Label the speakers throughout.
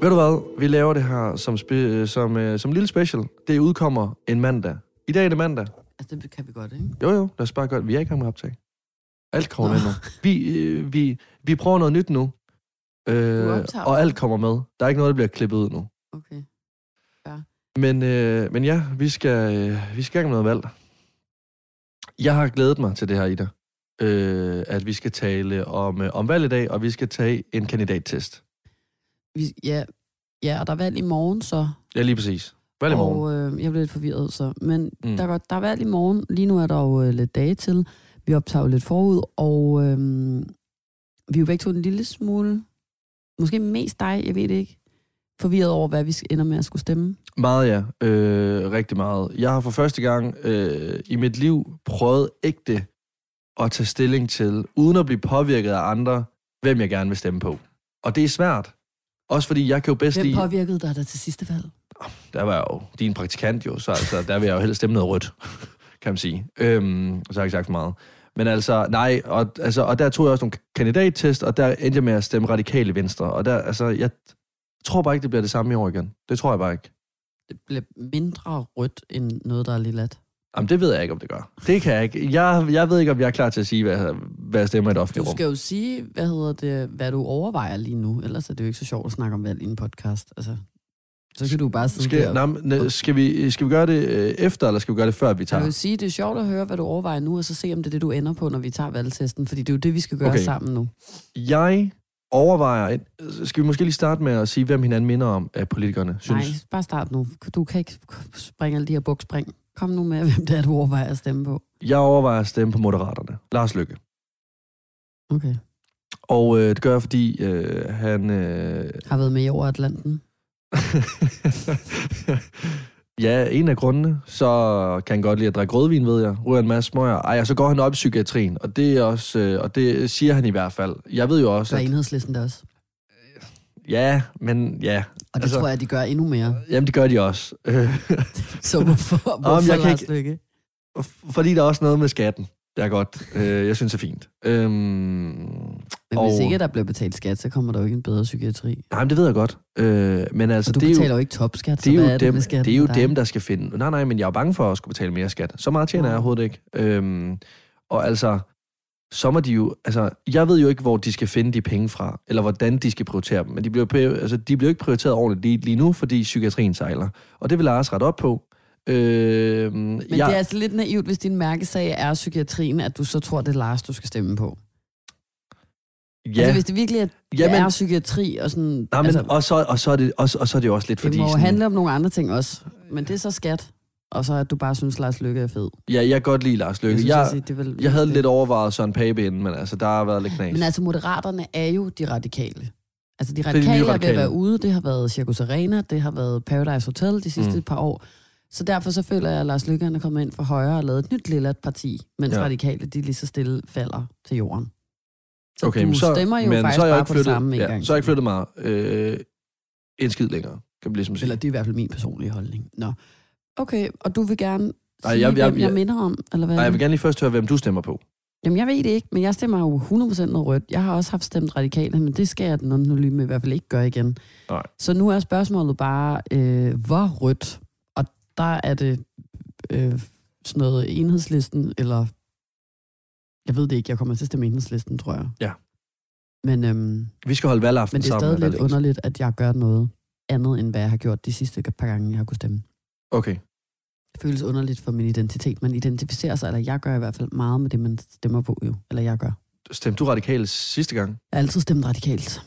Speaker 1: Ved du hvad? Vi laver det her som, spe- øh, som, øh, som lille special. Det udkommer en mandag. I dag er det mandag.
Speaker 2: Altså, det kan vi godt, ikke?
Speaker 1: Jo, jo, lad os bare gøre det. Vi er i gang med optag. Alt kommer
Speaker 2: Nå.
Speaker 1: med nu. Vi, øh, vi, vi prøver noget nyt nu. Øh,
Speaker 2: optager.
Speaker 1: og alt kommer med. Der er ikke noget, der bliver klippet ud nu.
Speaker 2: Okay.
Speaker 1: Men, øh, men ja, vi skal, øh, vi skal i gang med noget valg. Jeg har glædet mig til det her, Ida. Øh, at vi skal tale om, øh, om valg i dag, og vi skal tage en kandidattest.
Speaker 2: Vi, ja, ja, og der er valg i morgen, så.
Speaker 1: Ja, lige præcis. Valg i morgen.
Speaker 2: Og øh, jeg blev lidt forvirret, så. Men mm.
Speaker 1: Mm.
Speaker 2: der, er godt, der er valg i morgen. Lige nu er der jo øh, lidt dage til. Vi optager jo lidt forud, og øh, vi er jo begge to en lille smule, måske mest dig, jeg ved det ikke, forvirret over, hvad vi ender med at skulle stemme.
Speaker 1: Meget ja, øh, rigtig meget. Jeg har for første gang øh, i mit liv prøvet ægte at tage stilling til, uden at blive påvirket af andre, hvem jeg gerne vil stemme på. Og det er svært. Også fordi jeg kan jo bedst
Speaker 2: Hvem
Speaker 1: lide...
Speaker 2: påvirkede dig der til sidste valg?
Speaker 1: Der var jeg jo din praktikant jo, så altså, der vil jeg jo helst stemme noget rødt, kan man sige. Øhm, så har jeg ikke sagt for meget. Men altså, nej, og, altså, og der tog jeg også nogle kandidattest, og der endte jeg med at stemme radikale venstre. Og der, altså, jeg tror bare ikke, det bliver det samme i år igen. Det tror jeg bare ikke.
Speaker 2: Det blev mindre rødt end noget, der er lidt lat.
Speaker 1: Jamen, det ved jeg ikke, om det gør. Det kan jeg ikke. Jeg, jeg ved ikke, om jeg er klar til at sige, hvad, hvad jeg stemmer i et
Speaker 2: Du
Speaker 1: offentligt rum.
Speaker 2: skal jo sige, hvad hedder det, hvad du overvejer lige nu, ellers er det jo ikke så sjovt at snakke om valg i en podcast. Altså, så kan du bare sidde
Speaker 1: Skal,
Speaker 2: der.
Speaker 1: nej, nej, skal, vi, skal vi gøre det øh, efter, eller skal vi gøre det før, vi
Speaker 2: Jeg
Speaker 1: tager?
Speaker 2: vil sige, det er sjovt at høre, hvad du overvejer nu, og så se, om det er det, du ender på, når vi tager valgtesten, fordi det er jo det, vi skal gøre
Speaker 1: Okay.
Speaker 2: okay. sammen nu.
Speaker 1: Jeg overvejer... et- Skal vi måske lige starte med at sige, hvem hinanden minder om af politikerne, synes?
Speaker 2: Nej, bare start nu. Du kan ikke springe alle de her bukspring. Kom nu med, hvem det er, du overvejer at stemme på.
Speaker 1: Jeg overvejer at stemme på Moderaterne. Lars Lykke.
Speaker 2: Okay.
Speaker 1: Og øh, det gør jeg, fordi øh, han... Øh,
Speaker 2: Har været med i over Atlanten.
Speaker 1: ja, en af grundene, så kan han godt lide at drikke rødvin, ved jeg. Ryger en masse smøger. Ej, og så går han op i psykiatrien, og det, er også, øh, og det siger han i hvert fald. Jeg ved jo
Speaker 2: Så
Speaker 1: også,
Speaker 2: er
Speaker 1: at,
Speaker 2: enhedslisten der også.
Speaker 1: ja, men ja,
Speaker 2: Og det
Speaker 1: Altså-
Speaker 2: altså... tror jeg, de gør endnu mere.
Speaker 1: jamen det gør de også. Øh,
Speaker 2: Så hvorfor, hvorfor
Speaker 1: jeg kan
Speaker 2: Lars
Speaker 1: ikke-
Speaker 2: Løkke?
Speaker 1: Fordi der er også noget med skatten, jeg godt, øh, jeg synes er fint. Øhm,
Speaker 2: Men hvis
Speaker 1: Og-
Speaker 2: ikke der bliver betalt skat, så kommer der jo ikke en bedre psykiatri.
Speaker 1: nej, men det ved jeg godt. Øh, men altså,
Speaker 2: Så du
Speaker 1: det er jo,
Speaker 2: betaler jo ikke topskat, så
Speaker 1: det er
Speaker 2: hvad
Speaker 1: jo,
Speaker 2: er det
Speaker 1: dem,
Speaker 2: med
Speaker 1: det,
Speaker 2: skatten
Speaker 1: det er jo
Speaker 2: for dig?
Speaker 1: dem, der skal finde... Nej, nej, men jeg er jo bange for at skulle betale mere skat. Så meget tjener
Speaker 2: Nej.
Speaker 1: jeg overhovedet ikke. Øhm, og altså, så må de jo... Altså, jeg ved jo ikke, hvor de skal finde de penge fra, eller hvordan de skal prioritere dem. Men de bliver, pri- altså, de bliver ikke prioriteret ordentligt lige, lige nu, fordi psykiatrien sejler. Og det vil Lars rette op på. Øhm,
Speaker 2: Men det er altså lidt naivt, hvis din mærkesag er psykiatrien, at du så tror, det er Lars, du skal stemme på. Ja. Altså, hvis det virkelig er, det
Speaker 1: jamen,
Speaker 2: er psykiatri og sådan...
Speaker 1: nej, men,
Speaker 2: altså,
Speaker 1: og, så, og, så er det, og, så- og så er det jo også lidt
Speaker 2: det
Speaker 1: fordi...
Speaker 2: må jo
Speaker 1: sådan-
Speaker 2: handle om nogle andre ting også. Men det er så skat. Og så at du bare synes, Lars Lykke er fed.
Speaker 1: Ja, jeg kan godt lide Lars Løkke.
Speaker 2: synes,
Speaker 1: Jeg,
Speaker 2: altså, det er vel,
Speaker 1: jeg havde lidt overvejet Søren Pape inden, men altså, der har været lidt knas.
Speaker 2: Men altså, moderaterne er jo de radikale. Altså, de
Speaker 1: er de nye
Speaker 2: radikale er, ved at
Speaker 1: radikale.
Speaker 2: være ude. Det har været Circus Arena, det har været Paradise Hotel de sidste
Speaker 1: Mm.
Speaker 2: mm. par år. Så derfor så føler jeg, at Lars Lykke han er kommet ind for højre og lavet et nyt lille parti, mens
Speaker 1: Ja.
Speaker 2: ja. radikale de lige så stille falder til jorden. Så
Speaker 1: Okay,
Speaker 2: du
Speaker 1: men så,
Speaker 2: stemmer jo
Speaker 1: men
Speaker 2: faktisk
Speaker 1: så har jeg
Speaker 2: bare
Speaker 1: ikke
Speaker 2: på
Speaker 1: flyttet,
Speaker 2: det samme en
Speaker 1: ja,
Speaker 2: gang.
Speaker 1: Så har jeg ikke flyttet mig øh, en skid længere, kan man ligesom sige.
Speaker 2: Eller det er i hvert fald min personlige holdning. Nå. Okay, og du vil gerne
Speaker 1: Ej,
Speaker 2: sige, Ej,
Speaker 1: jeg-
Speaker 2: jeg,
Speaker 1: jeg-
Speaker 2: jeg, hvem jeg,
Speaker 1: jeg-
Speaker 2: minder om, eller hvad?
Speaker 1: Nej, jeg vil gerne lige først høre, hvem du stemmer på.
Speaker 2: Jamen, jeg ved det ikke, men jeg stemmer jo 100% noget rødt. Jeg har også haft stemt radikale, men det skal jeg den nu med i hvert fald ikke gøre igen.
Speaker 1: Nej.
Speaker 2: Så nu er spørgsmålet bare, øh, hvor rødt? Og der er det øh, sådan noget enhedslisten, eller... Jeg ved det ikke, jeg kommer til at stemme enhedslisten, tror jeg.
Speaker 1: Ja.
Speaker 2: Men, øhm,
Speaker 1: Vi skal holde
Speaker 2: men
Speaker 1: valgaften
Speaker 2: det er
Speaker 1: sammen.
Speaker 2: stadig lidt
Speaker 1: Alex.
Speaker 2: underligt, at jeg gør noget andet, end hvad jeg har gjort de sidste par gange, jeg har kunnet stemme.
Speaker 1: Okay,
Speaker 2: Det føles underligt for min identitet. Man identificerer sig, eller jeg gør i hvert fald meget med det, man stemmer på jo. Eller jeg gør.
Speaker 1: stemte du radikale sidste gang?
Speaker 2: Jeg har altid stemt radikalt.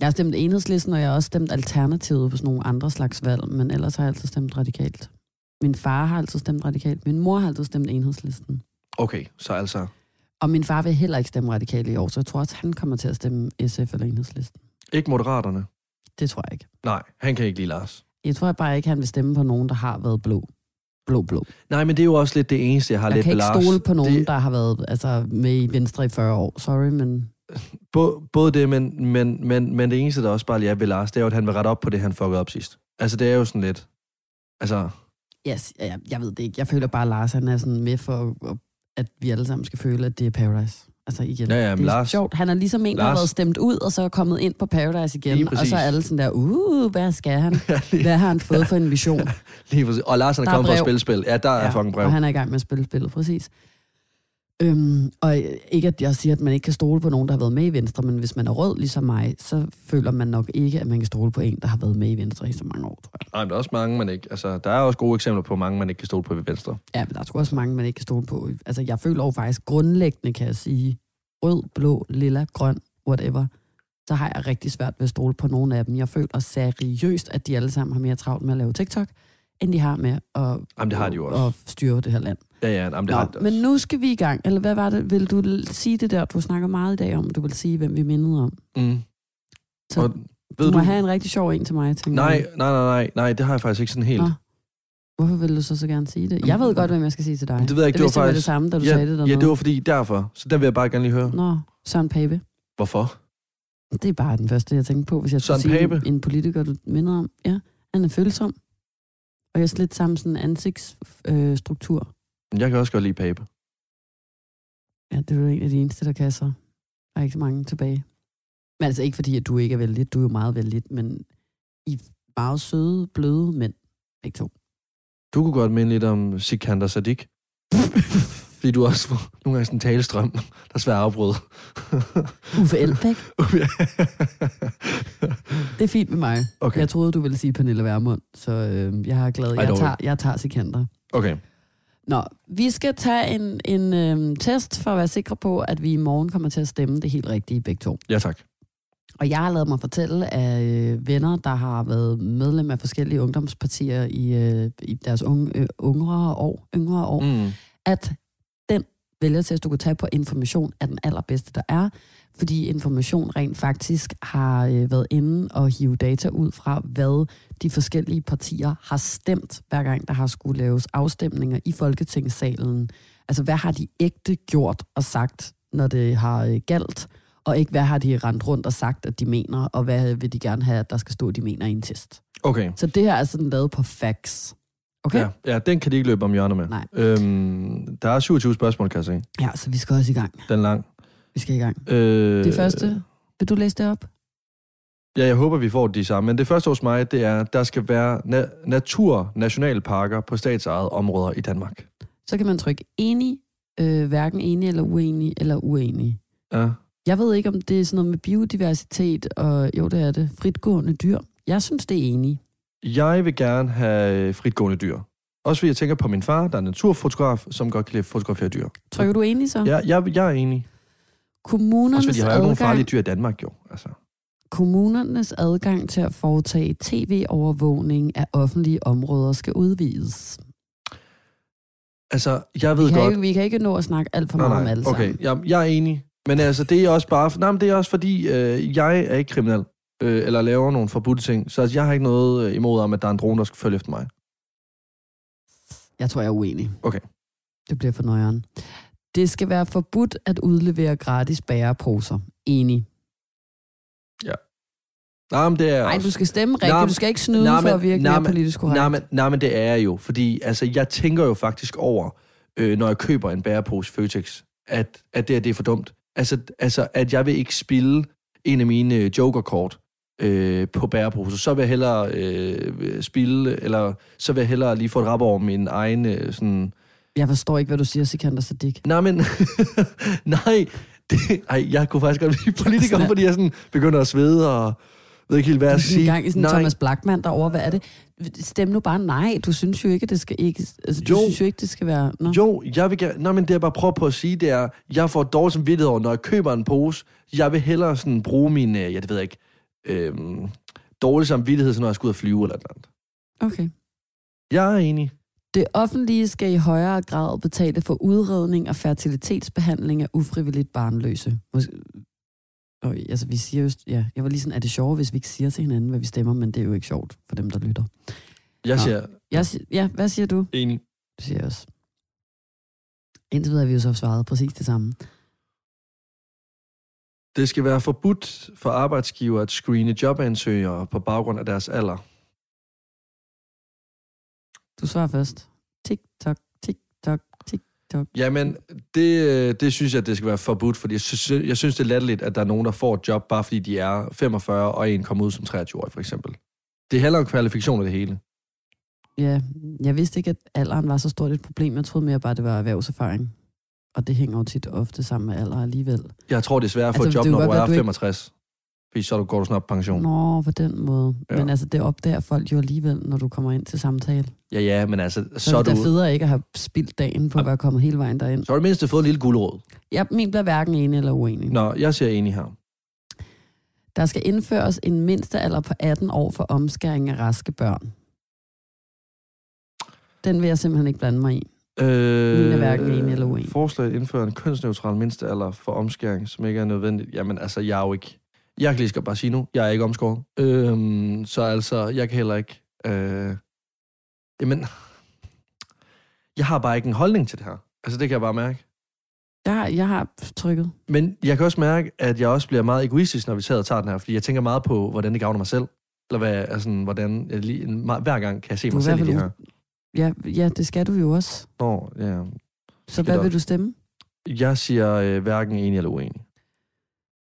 Speaker 2: Jeg har stemt enhedslisten, og jeg har også stemt alternativet på sådan nogle andre slags valg, men ellers har jeg altid stemt radikalt. Min far har altid stemt radikalt, min mor har altid stemt enhedslisten.
Speaker 1: Okay, så altså...
Speaker 2: Og min far vil heller ikke stemme radikalt i år, så jeg tror også, han kommer til at stemme SF eller enhedslisten.
Speaker 1: Ikke moderaterne?
Speaker 2: Det tror jeg ikke.
Speaker 1: Nej, han kan ikke lide Lars.
Speaker 2: Jeg tror bare ikke, han vil stemme på nogen, der har været blå. Blå, blå.
Speaker 1: Nej, men det er jo også lidt det eneste, jeg har
Speaker 2: Jeg
Speaker 1: lidt
Speaker 2: kan
Speaker 1: med
Speaker 2: ikke
Speaker 1: Lars.
Speaker 2: stole på nogen,
Speaker 1: Det-
Speaker 2: det... der har været altså, med i Venstre i 40 år. Sorry, men
Speaker 1: Bo, både det, men, men, men, men det eneste, der også bare lige er ved Lars, det er jo, at han vil rette op på det, han fuckede op sidst. Altså, det er jo sådan lidt... Altså,
Speaker 2: Yes, ja, jeg, jeg ved det ikke. Jeg føler bare, at Lars han er sådan med for, at vi alle sammen skal føle, at det er paradise. Altså igen,
Speaker 1: Ja, ja, men
Speaker 2: det er
Speaker 1: Lars-
Speaker 2: sjovt. Han er ligesom en, der har
Speaker 1: Lars-
Speaker 2: været stemt ud, og så er kommet ind på Paradise igen.
Speaker 1: Lige
Speaker 2: Og
Speaker 1: præcis.
Speaker 2: så er alle sådan der, uh, hvad skal han?
Speaker 1: Ja, lige,
Speaker 2: Hvad har han fået for en vision?
Speaker 1: lige præcis. Og Lars, han
Speaker 2: Der
Speaker 1: er
Speaker 2: er
Speaker 1: kommet for at
Speaker 2: brev.
Speaker 1: spille spil. Ja, der er fucking brev.
Speaker 2: Og han er i gang med at spille spillet, præcis. Øhm, og ikke at jeg siger, at man ikke kan stole på nogen, der har været med i Venstre, men hvis man er rød ligesom mig, så føler man nok ikke, at man kan stole på en, der har været med i Venstre i så mange år, tror jeg.
Speaker 1: Nej, men der er også mange, man ikke... Altså, der er også gode eksempler på mange, man ikke kan stole på ved venstre.
Speaker 2: Ja, men der er sgu også mange, man ikke kan stole på. Altså, jeg føler jo faktisk grundlæggende, kan jeg sige, rød, blå, lilla, grøn, whatever, så har jeg rigtig svært ved at stole på nogen af dem. Jeg føler seriøst, at de alle sammen har mere travlt med at lave TikTok, end de har med at,
Speaker 1: Jamen, det har de jo også.
Speaker 2: at styre det her land.
Speaker 1: Ja, ja, jamen, det har de
Speaker 2: Nå,
Speaker 1: også.
Speaker 2: men nu skal vi i gang. Eller hvad var det? Vil du l- sige det der? Du snakker meget i dag om, du vil sige, hvem vi mindede om.
Speaker 1: Mm.
Speaker 2: Så
Speaker 1: Og
Speaker 2: du
Speaker 1: ved
Speaker 2: må
Speaker 1: du...
Speaker 2: have en rigtig sjov en til mig, tænker
Speaker 1: Nej,
Speaker 2: jeg.
Speaker 1: nej, nej, nej, nej, det har jeg faktisk ikke sådan helt. øh,
Speaker 2: Nå, Hvorfor vil du så så gerne sige det? Jeg ved godt, hvem jeg skal sige til dig.
Speaker 1: Det ved jeg ikke,
Speaker 2: det
Speaker 1: det var
Speaker 2: vidste jeg med
Speaker 1: faktisk-
Speaker 2: det samme, da du
Speaker 1: ja,
Speaker 2: sagde det
Speaker 1: ja,
Speaker 2: dernede.
Speaker 1: det var fordi derfor. Så der vil jeg bare gerne lige høre.
Speaker 2: Nå, Søren Pape.
Speaker 1: Hvorfor?
Speaker 2: Det er bare den første, jeg tænkte på, hvis jeg skulle
Speaker 1: Søren
Speaker 2: sige en,
Speaker 1: Pape?
Speaker 2: en politiker, du minder om. Ja, han er følsom. Og jeg er lidt sammen sådan en ansigtsstruktur. Øh, struktur.
Speaker 1: Men Jeg kan også godt lide pape.
Speaker 2: ja, det er jo en af de eneste, der kan så. Der er ikke så mange tilbage. Men altså ikke fordi, at du ikke er vældig. Du er jo meget vældig, men I er meget søde, bløde mænd. Begge to.
Speaker 1: Du kunne godt minde lidt om Sikander Sadik. fordi du også får nogle gange sådan en talestrøm, der er svær at afbryde.
Speaker 2: Uffe Elbæk,
Speaker 1: Ja.
Speaker 2: det er fint med mig.
Speaker 1: okay,
Speaker 2: Jeg troede, du ville sige Pernille Vermund, så øh, jeg er glad.
Speaker 1: Ej,
Speaker 2: Jeg
Speaker 1: dog.
Speaker 2: tager, jeg tager Sikander.
Speaker 1: okay.
Speaker 2: Nå, vi skal tage en, en øh, test for at være sikre på, at vi i morgen kommer til at stemme det helt rigtige begge to.
Speaker 1: Ja, tak.
Speaker 2: Og jeg har lavet mig fortælle af øh, venner, der har været medlem af forskellige ungdomspartier i, øh, i deres unge, øh, ungere år, yngre år, mm.
Speaker 1: Mm.
Speaker 2: at den vælgertest, du kan tage på information, er den allerbedste, der er. Fordi information rent faktisk har øh, været inde og hive data ud fra, hvad de forskellige partier har stemt, hver gang der har skulle laves afstemninger i Folketingssalen. Altså, hvad har de ægte gjort og sagt, når det har øh, galt? Og ikke, hvad har de rendt rundt og sagt, at de mener, og hvad vil de gerne have, at der skal stå, at de mener i en test.
Speaker 1: Okay.
Speaker 2: Så det her er sådan lavet på fax. Okay?
Speaker 1: Ja, ja, den kan de ikke løbe om hjørnet med.
Speaker 2: Nej.
Speaker 1: Øhm, der er 27 spørgsmål, kan jeg se.
Speaker 2: ja, så vi skal også i gang.
Speaker 1: Den er lang.
Speaker 2: Vi skal i gang.
Speaker 1: Øh,
Speaker 2: Det første, vil du læse det op?
Speaker 1: Ja, jeg håber, vi får de samme. Men det første hos mig, det er, at der skal være na- naturnationalparker på statsejede områder i Danmark.
Speaker 2: Så kan man trykke enig, øh, hverken enig eller uenig, eller uenig.
Speaker 1: Ja.
Speaker 2: Jeg ved ikke, om det er sådan noget med biodiversitet, og jo, det er det, fritgående dyr. Jeg synes, det er enig.
Speaker 1: Jeg vil gerne have øh, fritgående dyr. Også fordi jeg tænker på min far, der er naturfotograf, som godt kan lide at fotografere dyr.
Speaker 2: Trykker du enig så?
Speaker 1: Ja, jeg, jeg er enig. Også
Speaker 2: Kommunernes,
Speaker 1: fordi jeg har jo ikke nogen farlige
Speaker 2: adgang,
Speaker 1: dyr i Danmark, jo. Altså.
Speaker 2: kommunernes adgang til at foretage tv-overvågning af offentlige områder skal udvides.
Speaker 1: altså, jeg ved
Speaker 2: Vi kan,
Speaker 1: godt...
Speaker 2: ikke, vi kan ikke nå at snakke alt for meget om alle
Speaker 1: okay,
Speaker 2: sammen.
Speaker 1: jeg, jeg er enig. Men altså, det er også bare... Nej, men det er også fordi, øh, jeg er ikke kriminel. Øh, eller laver nogle forbudte ting. Så altså, jeg har ikke noget øh, imod om, at der er en drone, der skal følge efter mig.
Speaker 2: Jeg tror, jeg er uenig.
Speaker 1: Okay.
Speaker 2: Det bliver for nøjeren. Det skal være forbudt at udlevere gratis bæreposer. Enig.
Speaker 1: Nej, men det er jeg
Speaker 2: Nej,
Speaker 1: også.
Speaker 2: du skal stemme rigtigt.
Speaker 1: men-
Speaker 2: Du skal ikke snyde
Speaker 1: nej,
Speaker 2: for at
Speaker 1: men-
Speaker 2: virke
Speaker 1: nej,
Speaker 2: mere
Speaker 1: men-
Speaker 2: politisk korrekt.
Speaker 1: Nej men, nej, men det er jeg jo, fordi altså, jeg tænker jo faktisk over, øh, når jeg køber en bærepose Føtex, at, at det, her, det er for dumt. Altså, altså, at jeg vil ikke spille en af mine øh, jokerkort øh, på bæreposer. Så vil jeg hellere øh, spille, eller så vil jeg hellere lige få et rap over min egen øh, sådan...
Speaker 2: Jeg forstår ikke, hvad du siger, Sikander Sadik.
Speaker 1: Nej, men... nej, det, ej, jeg kunne faktisk godt blive politiker,
Speaker 2: Snap.
Speaker 1: fordi jeg sådan begynder at svede og ved ikke helt, hvad jeg skal
Speaker 2: Sådan en
Speaker 1: sige.
Speaker 2: gang i sådan
Speaker 1: nej,
Speaker 2: Thomas Blackman derovre, hvad er det? Stem nu bare nej. Du synes jo ikke, det skal ikke, altså, du
Speaker 1: Jo.
Speaker 2: synes jo ikke, det skal være... Nå.
Speaker 1: Jo, jeg vil gerne... Nå, men det jeg bare prøver på at sige, det er, jeg får dårlig samvittighed over, når jeg køber en pose. Jeg vil hellere sådan bruge min, øh, ja, det ved jeg ikke, øhm, dårlig samvittighed, så når jeg skal ud og flyve eller noget.
Speaker 2: Okay.
Speaker 1: Jeg er enig.
Speaker 2: Det offentlige skal i højere grad betale for udredning og fertilitetsbehandling af ufrivilligt barnløse. Mås- Øj, altså, vi siger jo, ja, jeg var lige sådan, er det sjovt, hvis vi ikke siger til hinanden, hvad vi stemmer, men det er jo ikke sjovt for dem, der lytter.
Speaker 1: Jeg
Speaker 2: Nå.
Speaker 1: siger
Speaker 2: Jeg, si- ja, hvad siger du?
Speaker 1: enig.
Speaker 2: Det siger jeg også. Indtil videre har vi jo så svaret præcis det samme.
Speaker 1: Det skal være forbudt for arbejdsgiver at screene jobansøgere på baggrund af deres alder.
Speaker 2: Du svarer først. Tik, tok, tik, tok, tik, op.
Speaker 1: Jamen, det, øh, det synes jeg, det skal være forbudt, fordi jeg synes, jeg synes, det er latterligt, at der er nogen, der får et job, bare fordi de er 45, og en kommer ud som 23-årig, for eksempel. Det handler om kvalifikationer, det hele.
Speaker 2: Ja, jeg vidste ikke, at alderen var så stort et problem. Jeg troede mere bare, det var erhvervserfaring. Og det hænger jo tit ofte sammen med alder alligevel.
Speaker 1: Jeg tror, det er svært at få
Speaker 2: Altså,
Speaker 1: et job,
Speaker 2: det er jo
Speaker 1: når du
Speaker 2: godt,
Speaker 1: er
Speaker 2: at du ikke-
Speaker 1: 65. Fordi så går du snart på pension.
Speaker 2: Nå, på den måde.
Speaker 1: Ja.
Speaker 2: Ja. Men altså, det opdager folk jo alligevel, når du kommer ind til samtale.
Speaker 1: Ja, ja, men altså, så,
Speaker 2: Så
Speaker 1: er
Speaker 2: er det da
Speaker 1: du,
Speaker 2: federe ikke at have spildt dagen på at være kommet hele vejen derind.
Speaker 1: så har du mindst fået en lille guldråd.
Speaker 2: Jeg, min bliver hverken enig eller uenig.
Speaker 1: Nå, jeg ser enig her.
Speaker 2: Der skal indføres en mindstealder på 18 år for omskæring af raske børn. Den vil jeg simpelthen ikke blande mig i.
Speaker 1: Øh,
Speaker 2: Min er hverken enig eller uenig.
Speaker 1: Forslaget indfører en kønsneutral mindstealder for omskæring, som ikke er nødvendigt. Jamen altså, jeg er jo ikke... Jeg kan lige skal bare sige nu, jeg er ikke omskåret. Øhm, så altså, jeg kan heller ikke... Øh, jamen, jeg har bare ikke en holdning til det her. Altså, det kan jeg bare mærke.
Speaker 2: Jeg har, jeg har trykket.
Speaker 1: Men jeg kan også mærke, at jeg også bliver meget egoistisk, når vi sidder og tager den her, fordi jeg tænker meget på, hvordan det gavner mig selv. Eller hvad, altså, hvordan jeg lige, en- meget- hver gang kan jeg se
Speaker 2: Du
Speaker 1: mig
Speaker 2: er i
Speaker 1: selv i det
Speaker 2: hvert fald
Speaker 1: her.
Speaker 2: Ja, ja, det skal du jo også.
Speaker 1: Nå, ja.
Speaker 2: Så
Speaker 1: Skidt
Speaker 2: hvad
Speaker 1: op.
Speaker 2: vil du stemme?
Speaker 1: Jeg siger øh, hverken enig eller uenig.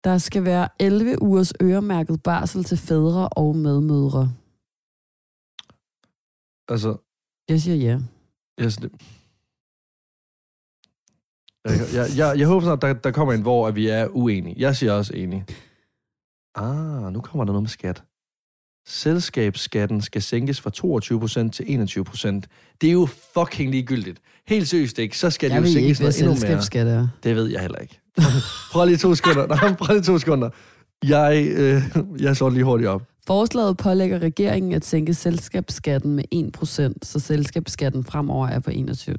Speaker 2: Der skal være 11 ugers øremærket barsel til fædre og medmødre.
Speaker 1: Altså,
Speaker 2: Jeg siger ja.
Speaker 1: jeg, jeg, jeg, jeg, jeg håber snart, der, der kommer en, hvor at vi er uenige. Jeg siger også enig. Ah, nu kommer der noget med skat. Selskabsskatten skal sænkes fra 22% til 21%. Det er jo fucking ligegyldigt. Helt seriøst ikke, så skal det
Speaker 2: jeg
Speaker 1: jo
Speaker 2: ved
Speaker 1: sænkes
Speaker 2: ikke, hvad
Speaker 1: noget endnu mere.
Speaker 2: selskabsskat er.
Speaker 1: Det ved jeg heller ikke. Prøv lige to sekunder. Nej, prøv lige to sekunder. Jeg, øh, jeg så lige hurtigt op.
Speaker 2: Forslaget pålægger regeringen at sænke selskabsskatten med 1%, så selskabsskatten fremover er på 21.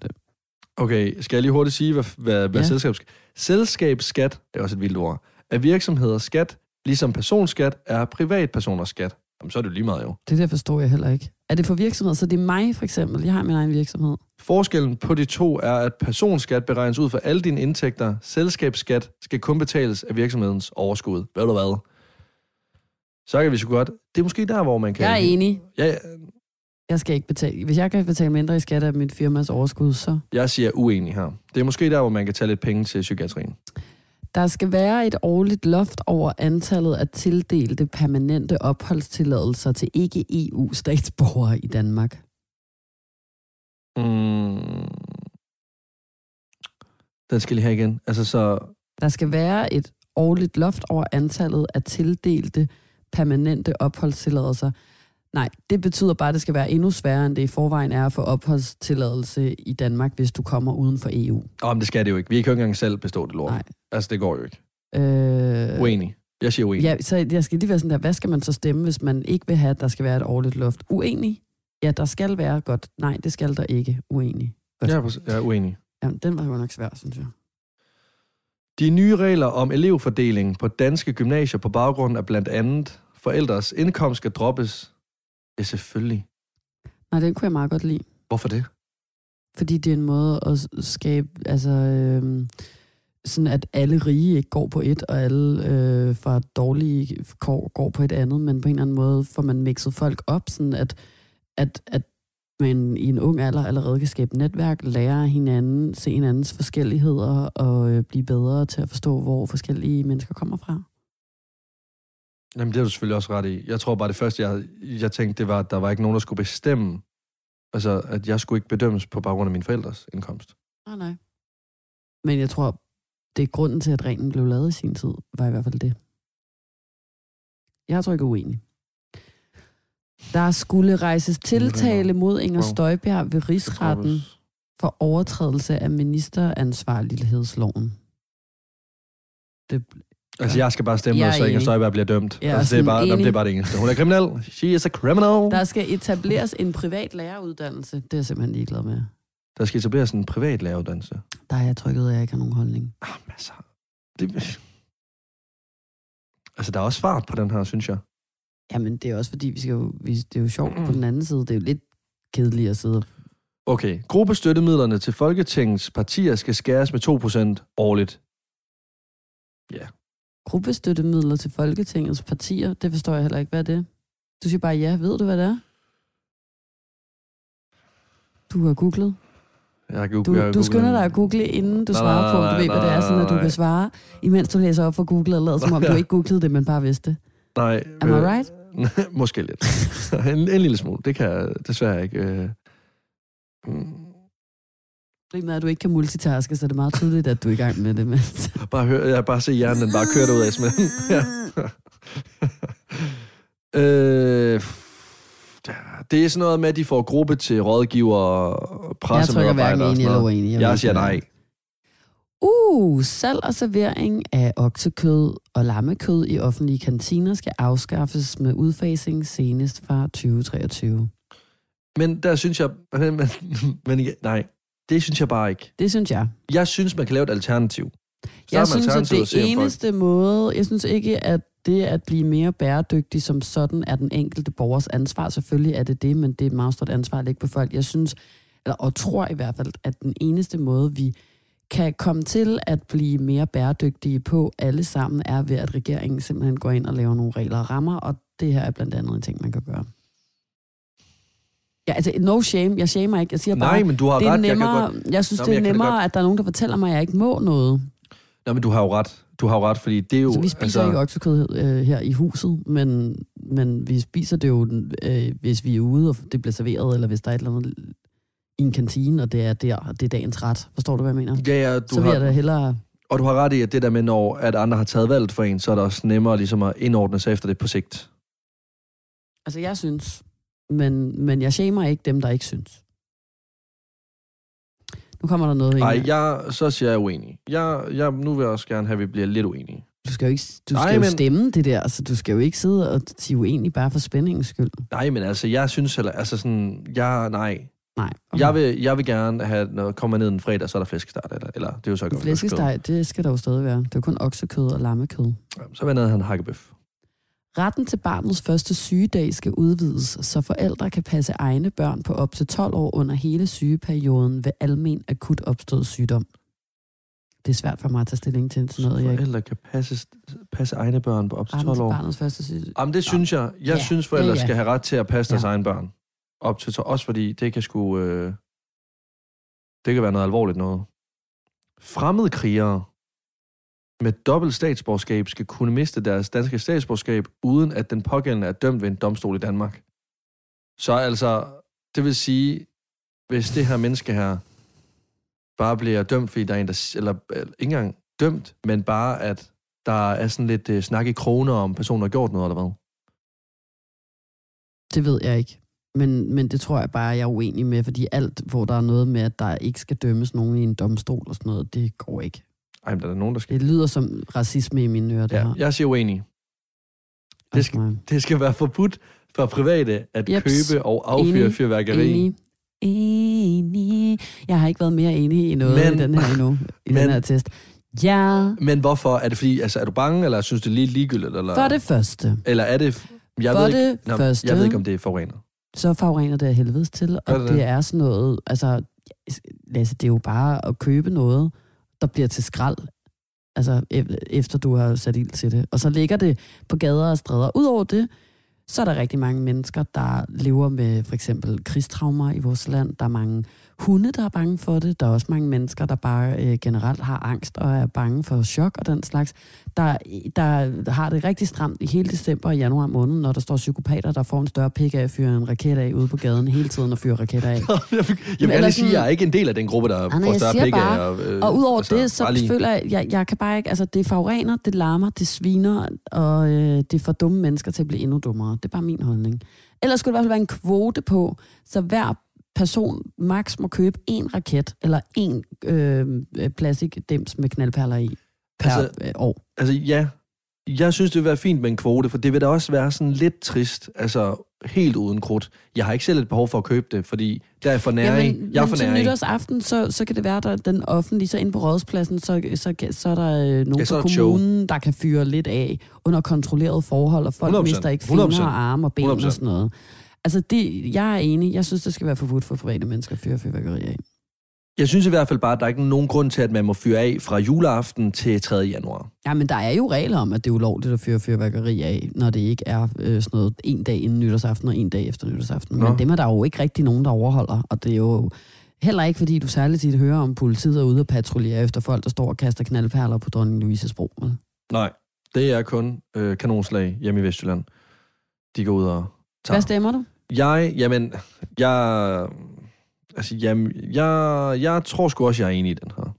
Speaker 1: Okay, skal jeg lige hurtigt sige, hvad, hvad, hvad ja.
Speaker 2: Ja.
Speaker 1: selskabs... selskabsskat, det er også et vildt ord, er virksomheders skat, ligesom personskat er privatpersoners skat. Jamen, så er det jo lige meget jo.
Speaker 2: Det der forstår jeg heller ikke. Er det for virksomhed? Så det er mig for eksempel. Jeg har min egen virksomhed.
Speaker 1: Forskellen på de to er, at personskat beregnes ud fra alle dine indtægter. Selskabsskat skal kun betales af virksomhedens overskud. Ved du hvad? Så kan vi så godt... Det er måske der, hvor man kan...
Speaker 2: Jeg er enig.
Speaker 1: Jeg,
Speaker 2: Jeg skal ikke betale. Hvis jeg kan betale mindre i skat af mit firmas overskud, så...
Speaker 1: jeg siger uenig her. Det er måske der, hvor man kan tage lidt penge til psykiatrien.
Speaker 2: Der skal være et årligt loft over antallet af tildelte permanente opholdstilladelser til ikke-EU-statsborgere i Danmark.
Speaker 1: Mm. Den skal lige have igen. Altså, så
Speaker 2: Der skal være et årligt loft over antallet af tildelte permanente opholdstilladelser. Nej, det betyder bare, at det skal være endnu sværere, end det i forvejen er at få opholdstilladelse i Danmark, hvis du kommer uden for E EU.
Speaker 1: Åh, men det skal det jo ikke. Vi kan jo ikke engang selv bestå det lort. Nej.
Speaker 2: Nej.
Speaker 1: Altså, det går jo ikke.
Speaker 2: Øh,
Speaker 1: Uenig. Jeg siger uenig. Ja.
Speaker 2: Ja, så jeg skal lige være sådan der, hvad skal man så stemme, hvis man ikke vil have, at der skal være et årligt loft? Uenig? Ja, der skal være godt. Nej, det skal der ikke. Uenig.
Speaker 1: Jeg er, pres- jeg er uenig.
Speaker 2: Jamen, den var jo nok svær, synes jeg.
Speaker 1: De nye regler om elevfordeling på danske gymnasier på baggrund af blandt andet forældres indkomst skal droppes. Ja, selvfølgelig.
Speaker 2: Nej, den kunne jeg meget godt lide.
Speaker 1: Hvorfor det?
Speaker 2: Fordi det er en måde at s- skabe, altså, øhm, sådan at alle rige ikke går på et, og alle øh, fra dårlige kår går på et andet, men på en eller anden måde får man mixet folk op, sådan at, at, at man i en ung alder allerede kan skabe netværk, lære af hinanden, se hinandens forskelligheder, og øh, blive bedre til at forstå, hvor forskellige mennesker kommer fra.
Speaker 1: Jamen, det er du selvfølgelig også ret i. Jeg tror bare, det første, jeg, jeg tænkte, det var, at der var ikke nogen, der skulle bestemme. Altså, at jeg skulle ikke bedømmes på baggrund af mine forældres indkomst.
Speaker 2: Nej, nej. Men jeg tror, det er grunden til, at reglen blev lavet i sin tid, var i hvert fald det. Jeg tror ikke uenig. Der skulle rejses tiltale mod Inger
Speaker 1: Wow.
Speaker 2: Støjbjerg ved rigsretten
Speaker 1: Droppes.
Speaker 2: for overtrædelse af ministeransvarlighedsloven. Det,
Speaker 1: Altså, jeg skal bare stemme,
Speaker 2: Jeg
Speaker 1: noget,
Speaker 2: er
Speaker 1: så Inger
Speaker 2: enig.
Speaker 1: Støjberg bliver dømt.
Speaker 2: Jeg er
Speaker 1: altså, det er,
Speaker 2: sådan
Speaker 1: bare, jamen,
Speaker 2: enig.
Speaker 1: det er bare det eneste. Hun er kriminel. She is a criminal.
Speaker 2: der skal etableres en privat læreruddannelse. Det er jeg simpelthen ligeglad med.
Speaker 1: Der skal etableres en privat læreruddannelse.
Speaker 2: Der er jeg trykket, at jeg ikke har nogen holdning.
Speaker 1: Ah, men altså, det... Altså, der er også fart på den her, synes jeg.
Speaker 2: Jamen, det er også fordi, vi skal jo, vi, det er jo sjovt på den anden side. Det er jo lidt kedeligt at sidde og
Speaker 1: Okay, gruppestøttemidlerne til Folketingets partier skal skæres med 2% årligt.
Speaker 2: Gruppestøttemidler til Folketingets partier, det forstår jeg heller ikke. Hvad er det? Du siger bare ja. Ved du, hvad det er? Du har googlet.
Speaker 1: Jeg har googlet, jeg
Speaker 2: Du,
Speaker 1: har
Speaker 2: du
Speaker 1: googlet-
Speaker 2: skynder dig at google, inden du
Speaker 1: Nej,
Speaker 2: svarer på, om
Speaker 1: nej,
Speaker 2: du ved, hvad det er, sådan at du
Speaker 1: nej.
Speaker 2: kan svare, imens du læser op for Google og lader, som om du ikke googlede det, men bare vidste det.
Speaker 1: Nej.
Speaker 2: Am I
Speaker 1: øh,
Speaker 2: right?
Speaker 1: Måske lidt. en, en lille smule. Det kan jeg desværre ikke. øh. Mm.
Speaker 2: Problemet er, at du ikke kan multitaske, så det er meget tydeligt, at du er i gang med det. Men...
Speaker 1: Bare, hør, jeg kan bare se hjernen, den bare kører ud af smeden. ja. øh, det er sådan noget med, at de får gruppe til rådgiver og
Speaker 2: Jeg trykker
Speaker 1: pressemedarbejdere.
Speaker 2: hverken
Speaker 1: og
Speaker 2: enig
Speaker 1: sådan
Speaker 2: eller
Speaker 1: noget.
Speaker 2: uenig. ved
Speaker 1: Jeg
Speaker 2: ikke,
Speaker 1: siger
Speaker 2: hvad det er.
Speaker 1: nej.
Speaker 2: Uh, salg og servering af oksekød og lammekød i offentlige kantiner skal afskaffes med udfasing senest fra 2023.
Speaker 1: Men der synes jeg... Men, men, men igen, nej, det synes jeg bare ikke.
Speaker 2: Det synes jeg.
Speaker 1: Jeg synes, man kan lave et alternativ. Så
Speaker 2: Jeg synes, at det eneste måde, jeg synes ikke, at det at blive mere bæredygtig som sådan er den enkelte borgers ansvar. Selvfølgelig er det det, men det er et meget stort ansvar at lægge på folk. Jeg synes, eller, og tror i hvert fald, at den eneste måde, vi kan komme til at blive mere bæredygtige på alle sammen, er ved, at regeringen simpelthen går ind og laver nogle regler og rammer, og det her er blandt andet en ting, man kan gøre. Ja, altså, no shame. Jeg shamer ikke. Jeg siger bare,
Speaker 1: Nej, men du har
Speaker 2: det er
Speaker 1: ret. Jeg kan
Speaker 2: nemmere,
Speaker 1: godt...
Speaker 2: jeg, jeg synes,
Speaker 1: Nå, men
Speaker 2: det
Speaker 1: jeg
Speaker 2: er
Speaker 1: kan det
Speaker 2: nemmere,
Speaker 1: godt.
Speaker 2: at der er nogen, der fortæller mig, at jeg ikke må noget.
Speaker 1: Nå, men du har jo ret. Du har jo ret, fordi det er jo...
Speaker 2: Så vi spiser altså... ikke oksekød øh, her i huset, men, men vi spiser det jo, øh, hvis vi er ude, og det bliver serveret, eller hvis der er et eller andet i en kantine, og det er der, og det er dagens ret. Forstår du, hvad jeg mener? Du
Speaker 1: Ja, ja, du
Speaker 2: så vil
Speaker 1: har...
Speaker 2: har... jeg da hellere...
Speaker 1: Og du har ret i, at det der med, når at andre har taget valget for en, så er det også nemmere ligesom at indordne sig efter det på sigt.
Speaker 2: Altså, jeg synes, men, men jeg shamer ikke dem, der ikke synes. Nu kommer der noget ind.
Speaker 1: Nej, jeg, så siger jeg uenig. Jeg, jeg, nu vil jeg også gerne have, at vi bliver lidt uenige.
Speaker 2: Du skal jo, ikke, du skal
Speaker 1: Nej,
Speaker 2: Ej,
Speaker 1: men-
Speaker 2: jo men... stemme det der, så du skal jo ikke sidde og sige uenig bare for spændingens skyld.
Speaker 1: Nej, men altså, jeg synes heller, altså sådan, jeg, nej.
Speaker 2: Nej.
Speaker 1: Okay. Jeg, vil, jeg vil gerne have, når jeg kommer ned en fredag, så er der flæskesteg, eller, eller det er jo så godt.
Speaker 2: Flæskesteg, det skal der jo stadig være. Det er jo kun oksekød og lammekød.
Speaker 1: flæskesteg. Så vil jeg ned og have en hakkebøf.
Speaker 2: Retten til barnets første sygedag skal udvides, så forældre kan passe egne børn på op til 12 år under hele sygeperioden ved almen akut opstået sygdom. Det er svært for mig at tage stilling til sådan noget, jeg ikke.
Speaker 1: Forældre kan passe, passe egne børn på op til
Speaker 2: Retten
Speaker 1: 12
Speaker 2: til
Speaker 1: år.
Speaker 2: barnets første sygedag.
Speaker 1: Jamen, det synes jeg. Jeg
Speaker 2: Ja.
Speaker 1: synes, forældre
Speaker 2: Ja, ja.
Speaker 1: skal have ret til at passe deres
Speaker 2: Ja.
Speaker 1: egne børn. Op til, så også fordi det kan sgu... Øh, det kan være noget alvorligt noget. Fremmede krigere med dobbelt statsborgerskab skal kunne miste deres danske statsborgerskab, uden at den pågældende er dømt ved en domstol i Danmark. Så altså, det vil sige, hvis det her menneske her bare bliver dømt, fordi der er en, der... s- Eller, eller ikke engang dømt, men bare at der er sådan lidt øh, snak i kroner om personen har gjort noget, eller hvad?
Speaker 2: Det ved jeg ikke. Men, men det tror jeg bare, jeg er uenig med, fordi alt, hvor der er noget med, at der ikke skal dømmes nogen i en domstol og sådan noget, det går ikke.
Speaker 1: Ej, men der er nogen, der skal...
Speaker 2: Det lyder som racisme i mine ører, det
Speaker 1: Ja,
Speaker 2: her.
Speaker 1: jeg siger uenig. det skal-
Speaker 2: Altså,
Speaker 1: Det skal være forbudt for private at
Speaker 2: Jeps.
Speaker 1: købe og affyre
Speaker 2: Enig.
Speaker 1: fyrværkeri.
Speaker 2: Enig. Enig. Jeg har ikke været mere enig i noget
Speaker 1: Men-
Speaker 2: men, i den her endnu, i
Speaker 1: men-
Speaker 2: den her test. Ja,
Speaker 1: Men hvorfor? Er det fordi, altså, er du bange, eller synes du lige ligegyldigt? Eller,
Speaker 2: for det første,
Speaker 1: eller er det... Jeg
Speaker 2: For
Speaker 1: ved ikke,
Speaker 2: det første.
Speaker 1: Jeg ved ikke, om det er forurenet.
Speaker 2: så forurener det af helvedes til, og
Speaker 1: Gør det
Speaker 2: det,
Speaker 1: det?
Speaker 2: det er sådan noget, altså, Lasse, det er jo bare at købe noget, der bliver til skrald, altså e- efter du har sat ild til det. Og så ligger det på gader og stræder. Udover det, så er der rigtig mange mennesker, der lever med for eksempel krigstraumer i vores land. Der er mange hunde, der er bange for det. Der er også mange mennesker, der bare øh, generelt har angst og er bange for chok og den slags. Der, der har det rigtig stramt i hele december og januar måned, når der står psykopater, der får en større pik af at fyre en raket af ude på gaden hele tiden og fyre raketter af.
Speaker 1: jeg vil, jeg vil
Speaker 2: eller
Speaker 1: gerne lige sige,
Speaker 2: sådan-
Speaker 1: at jeg er ikke en del af den gruppe, der
Speaker 2: altså- nej,
Speaker 1: får
Speaker 2: jeg
Speaker 1: større
Speaker 2: siger
Speaker 1: pik af.
Speaker 2: bare-
Speaker 1: og, øh,
Speaker 2: Og udover altså, det,
Speaker 1: bare
Speaker 2: så
Speaker 1: lige-
Speaker 2: føler jeg, jeg, jeg kan bare ikke, altså det forurener, det larmer, det sviner, og øh, det får dumme mennesker til at blive endnu dummere. Det er bare min holdning. Ellers skulle der i hvert fald være en kvote på, så hver person max må købe en raket eller en øh, øh, plastikdims med knaldperler i per
Speaker 1: Altså-
Speaker 2: altså, øh, år.
Speaker 1: Altså ja, jeg synes, det vil være fint med en kvote, for det vil da også være sådan lidt trist, altså helt uden krudt. Jeg har ikke selv et behov for at købe det, fordi der er for næring. jeg er
Speaker 2: men
Speaker 1: for
Speaker 2: til
Speaker 1: næring.
Speaker 2: nytårsaften, så, så kan det være, der er den offentlige, så inde på rådspladsen, så, så, så er der øh, nogen
Speaker 1: Ja,
Speaker 2: ja,
Speaker 1: så er
Speaker 2: fra
Speaker 1: der et show.
Speaker 2: kommunen, der kan fyre lidt af under kontrolleret forhold, og folk
Speaker 1: 100%,
Speaker 2: 100%, mister ikke fingre
Speaker 1: 100%,
Speaker 2: og arme og ben 100%.
Speaker 1: 100%.
Speaker 2: og sådan noget. Altså, det, jeg er enig. Jeg synes, det skal være forbudt for private mennesker at fyre fyrværkeri af.
Speaker 1: Jeg synes i hvert fald bare, at der ikke er nogen grund til, at man må fyre af fra juleaften til 3. januar.
Speaker 2: Ja, men der er jo regler om, at det er ulovligt at fyre fyrværkeri af, når det ikke er øh, sådan noget en dag inden nytårsaften og en dag efter nytårsaften.
Speaker 1: Nå.
Speaker 2: Men dem er der jo ikke rigtig nogen, der overholder, og det er jo Heller ikke, fordi du særligt tit hører om politiet er ude og patruljere efter folk, der står og kaster knaldperler på dronning Louise's bro. vel?
Speaker 1: Nej, det er kun øh, kanonslag hjemme i Vestjylland. De går ud og tager.
Speaker 2: Hvad stemmer du?
Speaker 1: Jeg, jamen, jeg, altså, jamen, jeg, jeg tror sgu også, jeg er enig i den her.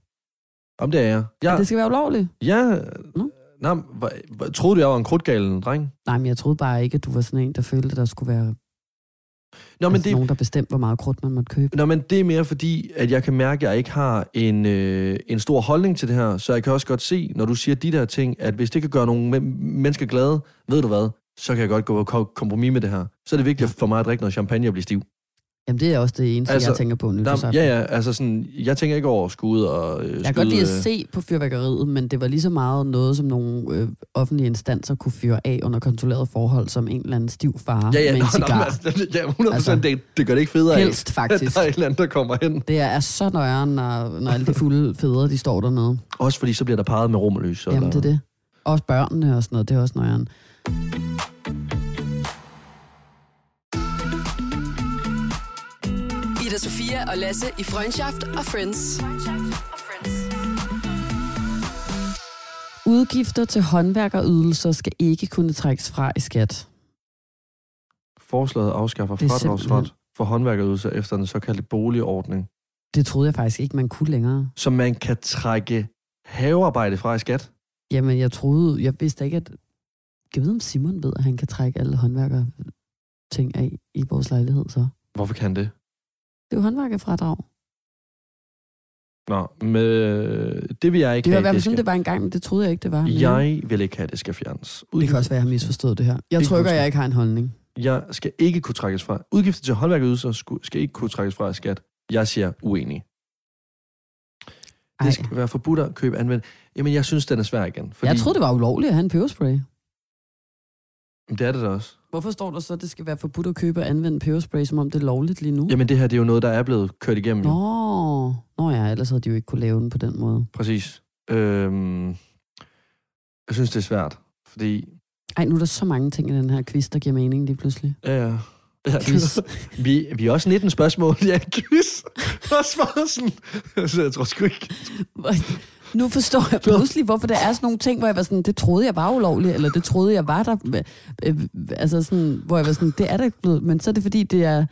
Speaker 1: Om det er jeg.
Speaker 2: Ja.
Speaker 1: jeg
Speaker 2: Det skal være ulovligt?
Speaker 1: jeg,
Speaker 2: Nå.
Speaker 1: nej, hva- hva- troede du, jeg var en krudtgalen dreng?
Speaker 2: Nej, men jeg troede bare ikke, at du var sådan en, der følte, at der skulle være
Speaker 1: Nå,
Speaker 2: Nå,
Speaker 1: men
Speaker 2: altså,
Speaker 1: det,
Speaker 2: nogen, der bestemte, hvor meget krudt man måtte købe.
Speaker 1: Nå, men det er mere fordi, at jeg kan mærke, at jeg ikke har en, øh, en stor holdning til det her, så jeg kan også godt se, når du siger de der ting, at hvis det kan gøre nogle men- mennesker glade, ved du hvad, så kan jeg godt gå på ko- kompromis med det her. Så er det vigtigt for mig at drikke noget champagne og blive stiv.
Speaker 2: Jamen, det er også det eneste, altså,
Speaker 1: Altså,
Speaker 2: jeg tænker på nu.
Speaker 1: Der,
Speaker 2: Der,
Speaker 1: ja, ja, altså sådan, jeg tænker ikke over at skulle ud og øh,
Speaker 2: Jeg kan godt lide at se på fyrværkeriet, men det var lige så meget noget, som nogle øh, offentlige instanser kunne fyre af under kontrolleret forhold, som en eller anden stiv far
Speaker 1: ja, ja, nå,
Speaker 2: med en
Speaker 1: nå, men
Speaker 2: cigar.
Speaker 1: altså, det- ja, 100
Speaker 2: Altså,
Speaker 1: det, det gør det ikke federe af,
Speaker 2: Helst,
Speaker 1: at
Speaker 2: faktisk.
Speaker 1: der er et eller andet, der kommer hen.
Speaker 2: Det er så nøjeren, når, når alle de fulde fædre, de står dernede.
Speaker 1: Også fordi, så bliver der peget med rum og lys.
Speaker 2: Jamen, det er det. Også børnene og sådan noget, det er også nøjeren.
Speaker 3: Ida Sofia og Lasse i Freundschaft og Friends.
Speaker 2: Udgifter til håndværkerydelser skal ikke kunne trækkes fra i skat.
Speaker 1: Forslaget afskaffer
Speaker 2: Det er simpelthen-
Speaker 1: fradragsret for håndværkerydelser efter den såkaldte boligordning.
Speaker 2: Det troede jeg faktisk ikke, man kunne længere.
Speaker 1: så man kan trække havearbejde fra i skat.
Speaker 2: Jamen, jeg troede, jeg vidste ikke, at... Jeg ved, om Simon ved, at han kan trække alle håndværker ting af i vores lejlighed, så.
Speaker 1: Hvorfor kan han det?
Speaker 2: Det er jo håndværkerfradrag.
Speaker 1: Nå, men øh, det vil jeg ikke
Speaker 2: Det var i
Speaker 1: have,
Speaker 2: hvert fald
Speaker 1: det
Speaker 2: sådan,
Speaker 1: skal.
Speaker 2: det var engang, men det troede jeg ikke, det var. Men
Speaker 1: Jeg vil ikke have, det skal fjernes.
Speaker 2: Det kan også være, at jeg har misforstået det her. Jeg
Speaker 1: Det
Speaker 2: tror
Speaker 1: kan
Speaker 2: ikke, at
Speaker 1: også
Speaker 2: jeg ikke har en holdning.
Speaker 1: Jeg skal ikke kunne trækkes fra. Udgifter til håndværkeydelser sku- skal ikke kunne trækkes fra i skat. Jeg siger uenig.
Speaker 2: Ej.
Speaker 1: Det skal være forbudt at købe anvendt. Jamen, jeg synes, den er svær igen.
Speaker 2: Fordi... Jeg troede, det var ulovligt at have en peberspray.
Speaker 1: det... det er det da også.
Speaker 2: Hvorfor står der så, at det skal være forbudt at købe og anvende peberspray, som om det er lovligt lige nu?
Speaker 1: Jamen, det her det er jo noget, der er blevet kørt igennem.
Speaker 2: Nå.
Speaker 1: Jo.
Speaker 2: Nå ja, ellers havde de jo ikke kunne lave den på den måde.
Speaker 1: Præcis. Øhm, jeg synes, det er svært. Fordi...
Speaker 2: Ej, nu er der så mange ting i den her quiz, der giver mening lige pludselig.
Speaker 1: Ja, ja.
Speaker 2: Quiz.
Speaker 1: Vi, vi er også 19 spørgsmål. Ja, quiz. Og svaret sådan. Så jeg tror sgu ikke.
Speaker 2: nu forstår jeg pludselig, hvorfor der er sådan nogle ting, hvor jeg var sådan, det troede jeg var ulovligt, eller det troede jeg var der. Øh, altså sådan, hvor jeg var sådan, det er der ikke blevet, men så er det fordi, det er,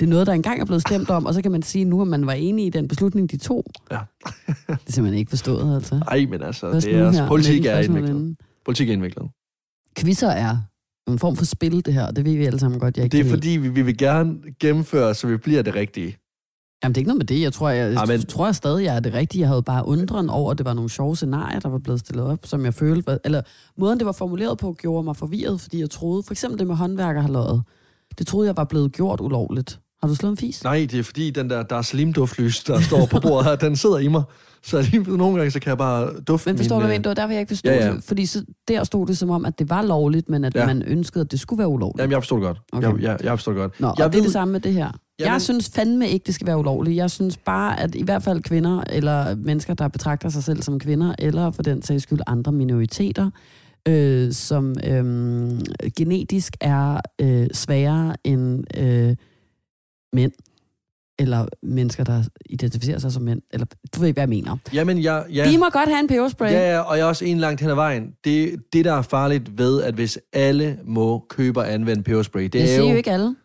Speaker 2: det er noget, der engang er blevet stemt om, og så kan man sige nu, at man var enig i den beslutning, de tog.
Speaker 1: Ja.
Speaker 2: det er simpelthen ikke forstået, altså.
Speaker 1: Ej, men altså,
Speaker 2: Først
Speaker 1: det
Speaker 2: nu
Speaker 1: er,
Speaker 2: her,
Speaker 1: her, politik
Speaker 2: mellem
Speaker 1: er
Speaker 2: første og
Speaker 1: indviklet.
Speaker 2: anden.
Speaker 1: Politik er indviklet.
Speaker 2: Quizzer er en form for spil, det her, og det ved vi alle sammen godt, jeg ikke
Speaker 1: Det er
Speaker 2: kan lide.
Speaker 1: fordi, vi, vi vil gerne gennemføre, så vi bliver det rigtige.
Speaker 2: Jamen, det er ikke noget med det. Jeg tror, jeg,
Speaker 1: Ej, men-
Speaker 2: jeg tror stadig, jeg er det rigtige. Jeg havde bare undren over, at det var nogle sjove scenarier, der var blevet stillet op, som jeg følte... Var, eller måden, det var formuleret på, gjorde mig forvirret, fordi jeg troede... For eksempel det med håndværkerhaløjet. Det troede jeg var blevet gjort ulovligt. Har du slået en fis?
Speaker 1: Nej, det er fordi, den der, der er slimduftlys, der står på bordet her, den sidder i mig. Så lige nogle gange, så kan jeg bare dufte
Speaker 2: Men forstår du,
Speaker 1: min...
Speaker 2: hvad
Speaker 1: øh,
Speaker 2: jeg mener? det var derfor, jeg ikke forstod
Speaker 1: ja,
Speaker 2: ja,
Speaker 1: ja.
Speaker 2: ja. det. Fordi så, der stod det som om, at det var lovligt, men at
Speaker 1: Ja.
Speaker 2: ja. man ønskede, at det skulle være ulovligt.
Speaker 1: Jamen, jeg forstår det godt.
Speaker 2: Okay.
Speaker 1: Okay. Jeg, jeg, jeg forstår det godt.
Speaker 2: Nå, og
Speaker 1: jeg
Speaker 2: det er det samme med det her.
Speaker 1: Jamen-
Speaker 2: jeg synes fandme ikke, det skal være ulovligt. Jeg synes bare, at i hvert fald kvinder, eller mennesker, der betragter sig selv som kvinder, eller for den sags skyld andre minoriteter, øh, som øh, genetisk er øh, sværere end øh, mænd, eller mennesker, der identificerer sig som mænd, eller du ved ikke, hvad jeg mener.
Speaker 1: Jamen, jeg... jeg...
Speaker 2: Ja. De må godt have en peberspray. Ja,
Speaker 1: Ja, ja, og jeg er også en langt hen ad vejen. Det, det, der er farligt ved, at hvis alle må købe og anvende peberspray, det
Speaker 2: jeg
Speaker 1: er
Speaker 2: siger
Speaker 1: jo...
Speaker 2: jo ikke alle.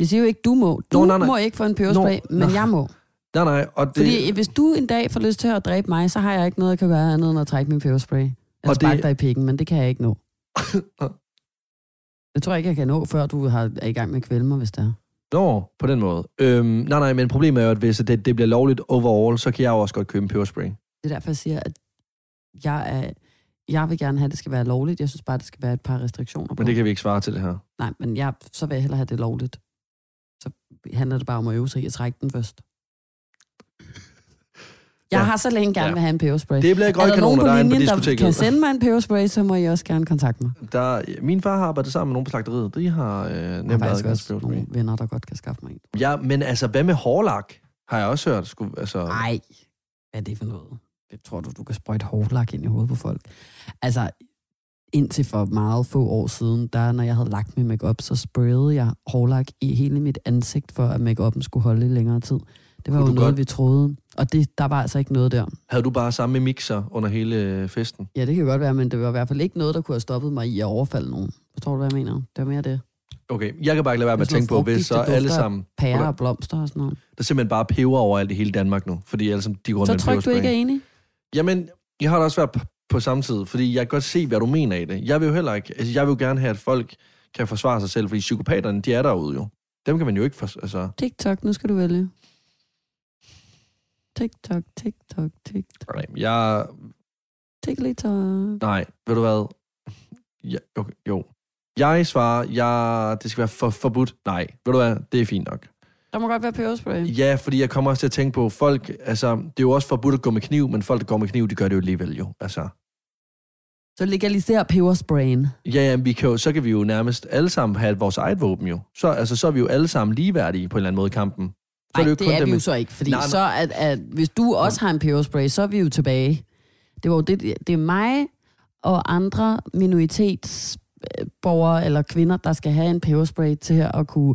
Speaker 2: Jeg siger jo ikke, du må. Du
Speaker 1: Nå, nej, nej.
Speaker 2: må ikke få en peberspray,
Speaker 1: Nå,
Speaker 2: men
Speaker 1: nej.
Speaker 2: jeg må.
Speaker 1: Nej, nej, og det...
Speaker 2: Fordi hvis du en dag får lyst til at dræbe mig, så har jeg ikke noget, jeg kan gøre andet end at trække min peberspray. Eller
Speaker 1: Og det-
Speaker 2: sparke dig i pikken, men det kan jeg ikke nå. Det tror jeg ikke, jeg kan nå, før du har, er i gang med at kvæle mig, hvis det er.
Speaker 1: Nå, på den måde. Øhm, nej, nej, men problemet er jo, at hvis det, det bliver lovligt overall, så kan jeg jo også godt købe en peberspray.
Speaker 2: Det er derfor, jeg siger, at jeg, er, jeg vil gerne have, at det skal være lovligt. Jeg synes bare, det skal være et par restriktioner på.
Speaker 1: Men det kan vi ikke svare til det her.
Speaker 2: Nej, men jeg, så vil jeg hellere have det lovligt. Så handler det bare om at øve sig i at trække den først. Jeg
Speaker 1: Ja.
Speaker 2: har så længe gerne
Speaker 1: Ja.
Speaker 2: ja. vil have en peberspray.
Speaker 1: Det bliver
Speaker 2: er der nogen
Speaker 1: grønkanoner,
Speaker 2: på
Speaker 1: der er inde på
Speaker 2: linjen, der
Speaker 1: diskoteket.
Speaker 2: kan sende mig en peberspray, så må I også gerne kontakte mig.
Speaker 1: Der, min far har arbejdet sammen med nogen på slagteriet. De har øh,
Speaker 2: Jeg
Speaker 1: nemt
Speaker 2: har faktisk
Speaker 1: adgang
Speaker 2: også
Speaker 1: til peberspray.
Speaker 2: nogle venner, der godt kan skaffe mig en.
Speaker 1: Ja, men altså, hvad med hårlak? Har jeg også hørt. Skulle, altså,
Speaker 2: Nej, hvad er det for noget? Det tror du, du kan sprøjte hårdlak ind i hovedet på folk. Altså, indtil for meget få år siden, der når jeg havde lagt min makeup, så sprayede jeg hårdlak i hele mit ansigt, for at makeupen skulle holde i længere tid. Det var
Speaker 1: Kunne du
Speaker 2: jo noget,
Speaker 1: godt-
Speaker 2: vi troede. Og det, der var altså ikke noget der.
Speaker 1: Havde du bare samme mixer under hele øh, festen?
Speaker 2: Ja, det kan godt være, men det var i hvert fald ikke noget, der kunne have stoppet mig i at overfalde nogen. Forstår du, hvad jeg mener? Det var mere det.
Speaker 1: Okay, jeg kan bare ikke lade være med at
Speaker 2: Det er sådan
Speaker 1: tænke på,
Speaker 2: noget
Speaker 1: hvis så
Speaker 2: frugtigt, det
Speaker 1: alle
Speaker 2: dufter.
Speaker 1: sammen,
Speaker 2: Pære
Speaker 1: Hvordan?
Speaker 2: og blomster og sådan noget.
Speaker 1: der simpelthen bare peber overalt i hele Danmark nu, fordi alle sammen, de går rundt
Speaker 2: Så
Speaker 1: med en
Speaker 2: tryk, du
Speaker 1: peberspray.
Speaker 2: ikke er enig?
Speaker 1: Jamen, jeg har det også været p- på samme tid, fordi jeg kan godt se, hvad du mener i det. Jeg vil jo heller ikke, altså jeg vil jo gerne have, at folk kan forsvare sig selv, fordi psykopaterne, de er derude jo. Dem kan man jo ikke for, altså...
Speaker 2: TikTok, nu skal du vælge. TikTok, TikTok, TikTok,
Speaker 1: Nej, jeg...
Speaker 2: TikTok.
Speaker 1: Nej, ved du hvad? Ja, okay, jo. Jeg svarer, jeg, det skal være for, forbudt. Nej, ved du hvad? Det er fint nok.
Speaker 2: Der må godt være peberspray.
Speaker 1: Ja, fordi jeg kommer også til at tænke på, folk, altså, det er jo også forbudt at gå med kniv, men folk, der går med kniv, de gør det jo alligevel jo. Altså,
Speaker 2: Så legaliser pebersprayen.
Speaker 1: ja, ja, vi kan jo, så kan vi jo nærmest alle sammen have vores eget våben jo. Så, altså, så er vi jo alle sammen ligeværdige på en eller anden måde i kampen. Så
Speaker 2: Nej,
Speaker 1: jo
Speaker 2: det, det er vi
Speaker 1: dem-
Speaker 2: jo så ikke, fordi
Speaker 1: Nej,
Speaker 2: nej,
Speaker 1: nej.
Speaker 2: nej. så at, at, hvis du også har en peberspray, så er vi jo tilbage. Det var jo det, det er mig og andre minoritetsborgere eller kvinder, der skal have en peberspray til her at kunne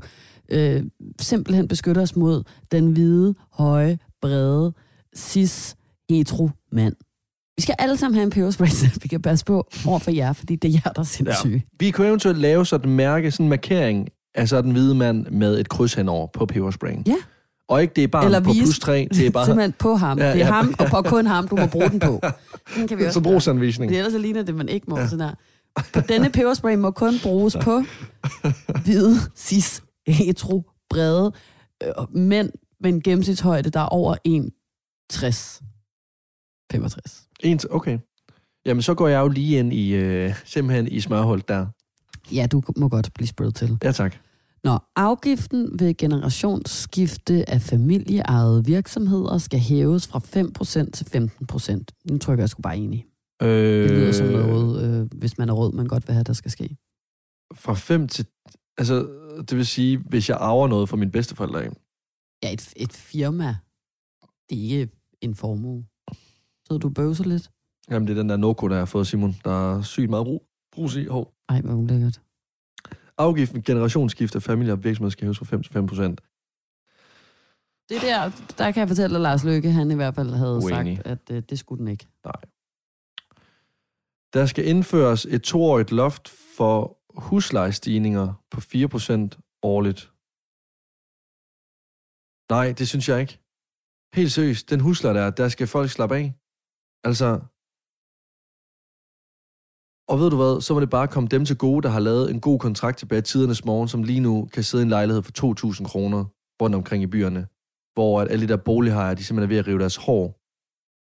Speaker 2: øh, simpelthen beskytte os mod den hvide, høje, brede, cis hetero mand. Vi skal alle sammen have en peberspray, så vi kan passe på over for jer, fordi det er jer, der er sindssyge.
Speaker 1: Vi kunne eventuelt lave sådan en mærke, sådan en markering af så den hvide mand med et kryds henover på pebersprayen.
Speaker 2: Ja.
Speaker 1: Og ikke det er bare
Speaker 2: Eller
Speaker 1: på
Speaker 2: vise-
Speaker 1: plus 3, det er bare
Speaker 2: Simpelthen på ham.
Speaker 1: Ja,
Speaker 2: Ja, ja. Det er
Speaker 1: ja.
Speaker 2: ham, og på kun ham, du må bruge den på. Den kan vi også
Speaker 1: som brugsanvisning.
Speaker 2: Fordi ellers så ligner det, man ikke må. Ja. Sådan der. På denne peberspray må kun bruges på hvide, cis, hetero, brede øh, mænd med en gennemsnitshøjde, der er over 1,60. 65.
Speaker 1: En, okay. Jamen, så går jeg jo lige ind i, øh, simpelthen i smørhul der.
Speaker 2: Ja, du må godt blive spredt til.
Speaker 1: Ja, tak.
Speaker 2: Nå, afgiften ved generationsskifte af familieejede virksomheder skal hæves fra 5% til 15%. Nu trykker jeg sgu bare enig.
Speaker 1: Øh,
Speaker 2: Det lyder som noget, øh, hvis man er rød, man godt vil have, der skal ske.
Speaker 1: Fra 5 til... Altså, det vil sige, hvis jeg arver noget fra mine bedsteforældre, ikke?
Speaker 2: Ja, et, et firma, det er ikke en formue. Så du bøvser lidt?
Speaker 1: Jamen, det er den der Noco, der har fået Simon, der er sygt meget brug. Brug i. Hov.
Speaker 2: Ej, hvor ulækkert.
Speaker 1: Afgiften, generationsskifte af familie og virksomhed skal hæves fra 5 til 5 procent.
Speaker 2: Det der, der kan jeg fortælle, at Lars Løkke, han i hvert fald havde
Speaker 1: Uenig.
Speaker 2: sagt, at øh, det skulle den ikke.
Speaker 1: Der skal indføres et toårigt loft for huslejestigninger på 4 procent årligt. Nej, det synes jeg ikke. Helt seriøst, den husleje der, der skal folk slappe af. Altså... Og ved du hvad, så må det bare komme dem til gode, der har lavet en god kontrakt tilbage i tidernes morgen, som lige nu kan sidde i en lejlighed for 2.000 kroner rundt omkring i byerne, hvor at alle de der bolighajer, de simpelthen er ved at rive deres hår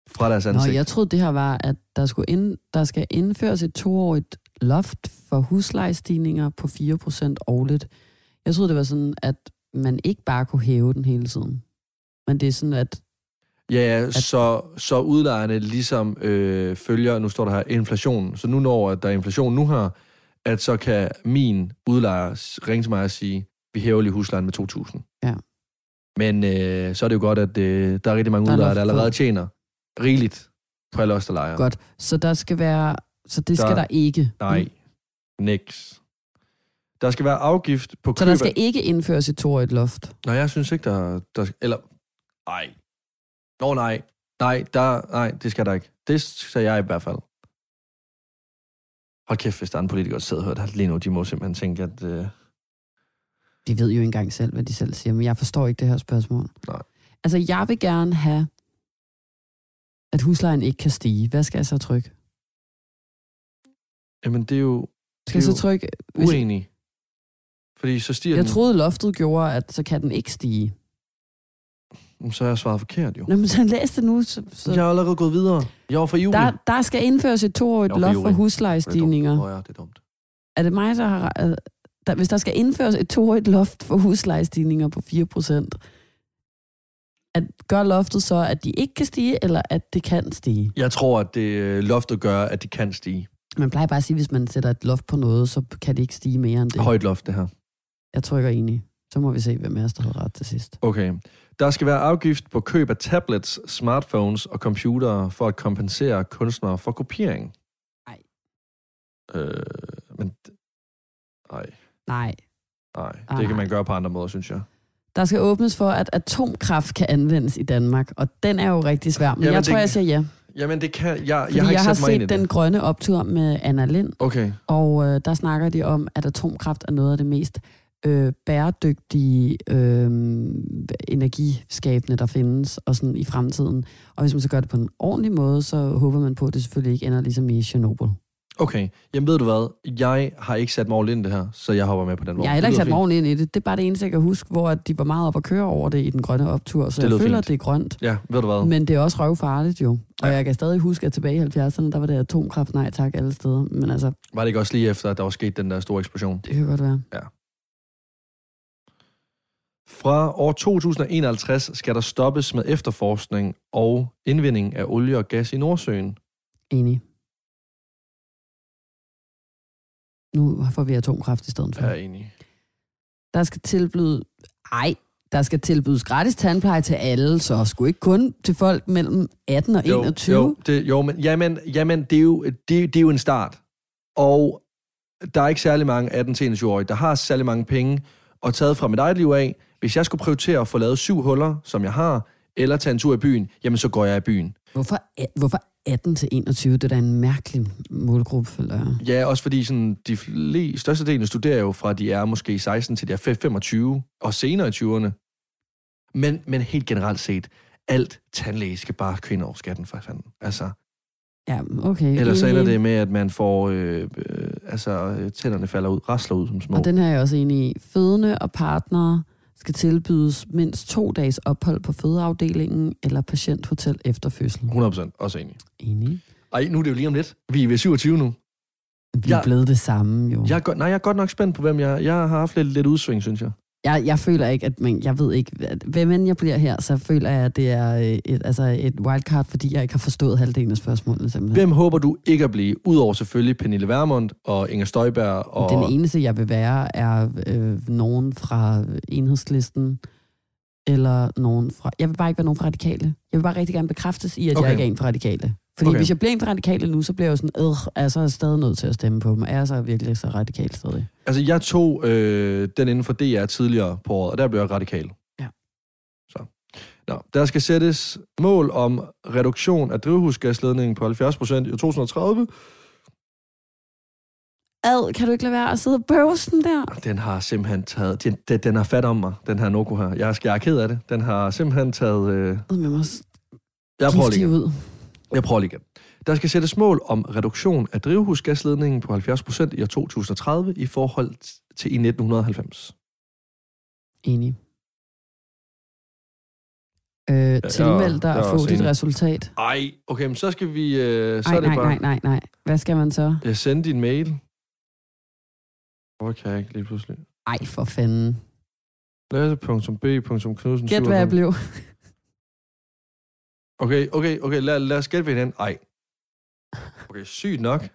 Speaker 1: fra deres ansigt.
Speaker 2: Nå, jeg troede, det her var, at der, skulle ind, der skal indføres et toårigt loft for huslejestigninger på 4% årligt. Jeg troede, det var sådan, at man ikke bare kunne hæve den hele tiden. Men det er sådan, at
Speaker 1: Ja, ja så, så udlejerne ligesom øh, følger, nu står der her, inflationen. Så nu når at der er inflation nu her, at så kan min udlejer s- ringe til mig og sige, vi hæver lige huslejen med 2.000.
Speaker 2: Ja.
Speaker 1: Men øh, så er det jo godt, at øh, der er rigtig mange
Speaker 2: Der er
Speaker 1: udlejere,
Speaker 2: loft
Speaker 1: der allerede
Speaker 2: på.
Speaker 1: tjener rigeligt på alle os, der lejer.
Speaker 2: godt, så der skal være, så det skal
Speaker 1: Der-
Speaker 2: der, ikke.
Speaker 1: Nej, niks. Der skal være afgift på
Speaker 2: Så
Speaker 1: køb
Speaker 2: der
Speaker 1: af-
Speaker 2: skal ikke indføres et toårigt loft.
Speaker 1: Nej, jeg synes ikke, der... der eller... Nej. Nå, nej. Nej, der, nej, det skal der ikke. Det sagde jeg i hvert fald. Hold kæft, hvis der er en politiker, der sidder og hører det her lige nu, de må simpelthen tænke, at... Øh,
Speaker 2: De ved jo ikke engang selv, hvad de selv siger, men jeg forstår ikke det her spørgsmål.
Speaker 1: Nej.
Speaker 2: Altså, jeg vil gerne have, at huslejen ikke kan stige. Hvad skal jeg så trykke?
Speaker 1: jamen, det er jo
Speaker 2: Skal jeg
Speaker 1: Det er
Speaker 2: så
Speaker 1: jo
Speaker 2: trykke... Hvis,
Speaker 1: uenig. Fordi så stiger
Speaker 2: jeg
Speaker 1: den...
Speaker 2: troede, loftet gjorde, at så kan den ikke stige.
Speaker 1: Jamen, Så har jeg svaret forkert, jo.
Speaker 2: Nå, men så læs det nu. Så, så.
Speaker 1: Jeg er allerede gået videre. Jeg var fra juli.
Speaker 2: Der, der skal indføres et toårigt
Speaker 1: Jeg var for
Speaker 2: loft for
Speaker 1: ivrig.
Speaker 2: huslejestigninger.
Speaker 1: Det er dumt. Nå ja, det er dumt.
Speaker 2: Er det mig, der har... øh, Der, hvis der skal indføres et toårigt loft for huslejestigninger på 4%, at gør loftet så, at de ikke kan stige, eller at det kan stige?
Speaker 1: Jeg tror, at det øh, loftet gør, at det kan stige.
Speaker 2: Man plejer bare at sige, at hvis man sætter et loft på noget, så kan det ikke stige mere end det.
Speaker 1: Højt loft, det her.
Speaker 2: Jeg trykker enig. Så må vi se, hvem af os, der har ret til sidst.
Speaker 1: Okay. Der skal være afgift på køb af tablets, smartphones og computere for at kompensere kunstnere for kopiering.
Speaker 2: Ej.
Speaker 1: Øh, men... d- Ej,
Speaker 2: Nej.
Speaker 1: nej. Det
Speaker 2: Ej. Ah.
Speaker 1: kan man gøre på andre måder, synes jeg.
Speaker 2: Der skal åbnes for, at atomkraft kan anvendes i Danmark, og den er jo rigtig svær.
Speaker 1: Jamen,
Speaker 2: Men Jamen, jeg
Speaker 1: det-
Speaker 2: tror, jeg siger ja.
Speaker 1: Jamen, det kan... Jeg, jeg,
Speaker 2: Fordi jeg
Speaker 1: har
Speaker 2: har,
Speaker 1: ikke
Speaker 2: jeg har
Speaker 1: sat mig ind i
Speaker 2: set
Speaker 1: det.
Speaker 2: den grønne optur med Anna Lind,
Speaker 1: Okay.
Speaker 2: og øh, der snakker de om, at atomkraft er noget af det mest øh, bæredygtige øh, energiskabende, der findes og sådan i fremtiden. Og hvis man så gør det på en ordentlig måde, så håber man på, at det selvfølgelig ikke ender ligesom i Chernobyl.
Speaker 1: Okay. Jamen, ved du hvad? Jeg har ikke sat mig ordentligt ind i det her, så jeg hopper med på den vogn.
Speaker 2: Jeg har heller
Speaker 1: Det
Speaker 2: ikke sat
Speaker 1: lyder
Speaker 2: mig ordentligt ind i det. Det er bare det eneste, jeg kan huske, hvor at de var meget op at køre over det i den grønne optur, så
Speaker 1: Det
Speaker 2: det
Speaker 1: lød
Speaker 2: jeg føler,
Speaker 1: fint.
Speaker 2: at det er grønt.
Speaker 1: fint. Ja, ved du hvad?
Speaker 2: Men det er også røvfarligt jo.
Speaker 1: Ja.
Speaker 2: Og jeg kan stadig huske, at tilbage i 70'erne, der var det atomkraft, nej tak, alle steder. Men altså,
Speaker 1: Var det ikke også lige efter, at der var sket den der store eksplosion?
Speaker 2: det kan godt være.
Speaker 1: Fra år 2051 skal der stoppes med efterforskning og indvinding af olie og gas i Nordsøen.
Speaker 2: Enig. Nu får vi atomkraft i stedet for.
Speaker 1: Jeg er enig.
Speaker 2: Der skal tilbyde... Ej, der skal tilbydes gratis tandpleje til alle, så sgu ikke kun til folk mellem 18 og 21.
Speaker 1: Jo, jo, det, jo men, jamen, jamen det, er jo, det, det er jo en start. Og der er ikke særlig mange 18-21-årige, der har særlig mange penge, og taget fra mit eget liv af, hvis jeg skulle prioritere at få lavet syv huller, som jeg har, eller tage en tur i byen, jamen så går jeg i byen.
Speaker 2: Hvorfor, a- hvorfor 18 til 21? Det er da en mærkelig målgruppe, føler jeg.
Speaker 1: Ja, også fordi sådan, de fle- størstedelen studerer jo fra, de er måske 16 til de er 25, og senere i 20'erne. Men, men helt generelt set, alt tandlæge skal bare køre ind over skatten, for fanden. Altså,
Speaker 2: Ja, okay.
Speaker 1: Ellers så
Speaker 2: enig.
Speaker 1: ender det med, at man får, øh, øh, altså øh, tænderne falder ud, rasler ud som små.
Speaker 2: Og den her er jeg også enig i. Fødende og partnere skal tilbydes mindst to dages ophold på fødeafdelingen eller patienthotel efter fødsel.
Speaker 1: 100% også enig.
Speaker 2: Enig.
Speaker 1: Ej, nu er det jo lige om lidt. Vi er ved 27 nu.
Speaker 2: Vi er
Speaker 1: Jeg-
Speaker 2: blevet det samme, jo.
Speaker 1: Jeg er, godt- nej, jeg er godt nok spændt på, hvem jeg Jeg har haft lidt, lidt udsving, synes jeg.
Speaker 2: jeg, jeg føler ikke, at man, jeg ved ikke, at, hvem end jeg bliver her, så føler jeg, at det er øh, et, altså et wildcard, fordi jeg ikke har forstået halvdelen af spørgsmålene simpelthen.
Speaker 1: Hvem håber du ikke at blive? Udover selvfølgelig Pernille Vermund og Inger Støjberg. Og...
Speaker 2: Den eneste, jeg vil være, er øh, nogen fra enhedslisten, eller nogen fra... Jeg vil bare ikke være nogen fra radikale. Jeg vil bare rigtig gerne bekræftes i, at okay.
Speaker 1: Okay.
Speaker 2: jeg ikke er en fra radikale. Fordi
Speaker 1: Okay.
Speaker 2: okay. hvis jeg bliver en fra radikale nu, så bliver jeg jo sådan, øh, er jeg så stadig nødt til at stemme på dem? Er jeg så virkelig så radikal stadig?
Speaker 1: Altså, jeg tog øh, den inden for DR tidligere på året, og der blev jeg radikal.
Speaker 2: Ja.
Speaker 1: Så. Nå, der skal sættes mål om reduktion af drivhusgasledningen på 70% i 2030.
Speaker 2: Ad, kan du ikke lade være at sidde og bøve sådan der?
Speaker 1: Den har simpelthen taget... Den, den, den har fat om mig, den her Noko her. Jeg, er- jeg er ked af det. Den har simpelthen taget... Øh,
Speaker 2: Ad med mig også
Speaker 1: jeg prøver lige
Speaker 2: giftig
Speaker 1: igen.
Speaker 2: ud.
Speaker 1: Jeg prøver lige igen. Der skal sættes mål om reduktion af drivhusgasledningen på 70% i år 2030 i forhold til i 1990.
Speaker 2: Enig. Øh, tilmeld dig
Speaker 1: jeg er
Speaker 2: og få
Speaker 1: også
Speaker 2: dit
Speaker 1: enig.
Speaker 2: resultat.
Speaker 1: Ej, okay, men så skal vi... Øh, så
Speaker 2: Ej,
Speaker 1: er det
Speaker 2: nej,
Speaker 1: bare...
Speaker 2: nej, nej, nej. Hvad skal man så?
Speaker 1: Jeg sendte Øh, din mail. Hvor kan jeg ikke lige pludselig?
Speaker 2: Ej, for fanden.
Speaker 1: Lasse.b.knudsen.
Speaker 2: Gæt, hvad jeg blev.
Speaker 1: Okay, okay, okay. Lad, lad os gætte ved hinanden. Ej. Okay, sygt nok.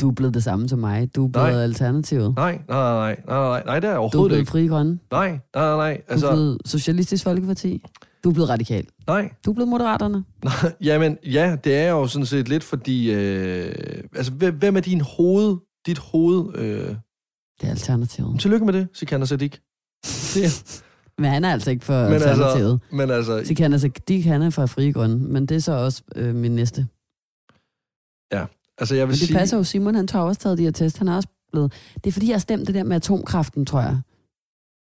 Speaker 2: Du er blevet det samme som mig. Du er blevet
Speaker 1: Nej.
Speaker 2: nej. alternativet.
Speaker 1: Nej, nej, nej, nej, nej, nej, nej, det er jeg
Speaker 2: Du er
Speaker 1: overhovedet
Speaker 2: blevet
Speaker 1: ikke.
Speaker 2: fri grønne.
Speaker 1: Nej, nej, nej, nej,
Speaker 2: Du er
Speaker 1: altså,
Speaker 2: blevet Socialistisk Folkeparti. Du er blevet radikal.
Speaker 1: nej.
Speaker 2: Du er blevet moderaterne.
Speaker 1: nej. Jamen, ja, det er jo sådan set lidt, fordi, øh, altså, hvem, hvem er din hoved, dit hoved? Øh?
Speaker 2: Det er alternativet.
Speaker 1: Men Tillykke med det, Sikander Sadik. Det er,
Speaker 2: Men han er altså ikke for
Speaker 1: men
Speaker 2: alternativet.
Speaker 1: altså, men altså,
Speaker 2: Altså... Kan, altså, de kan er fra frie grønne, men det er så også øh, min næste.
Speaker 1: altså, jeg vil
Speaker 2: Men det
Speaker 1: sige,
Speaker 2: passer jo. Simon, han har også taget de her test. Han er også blevet... Det er fordi, jeg har stemt det der med atomkraften, tror jeg.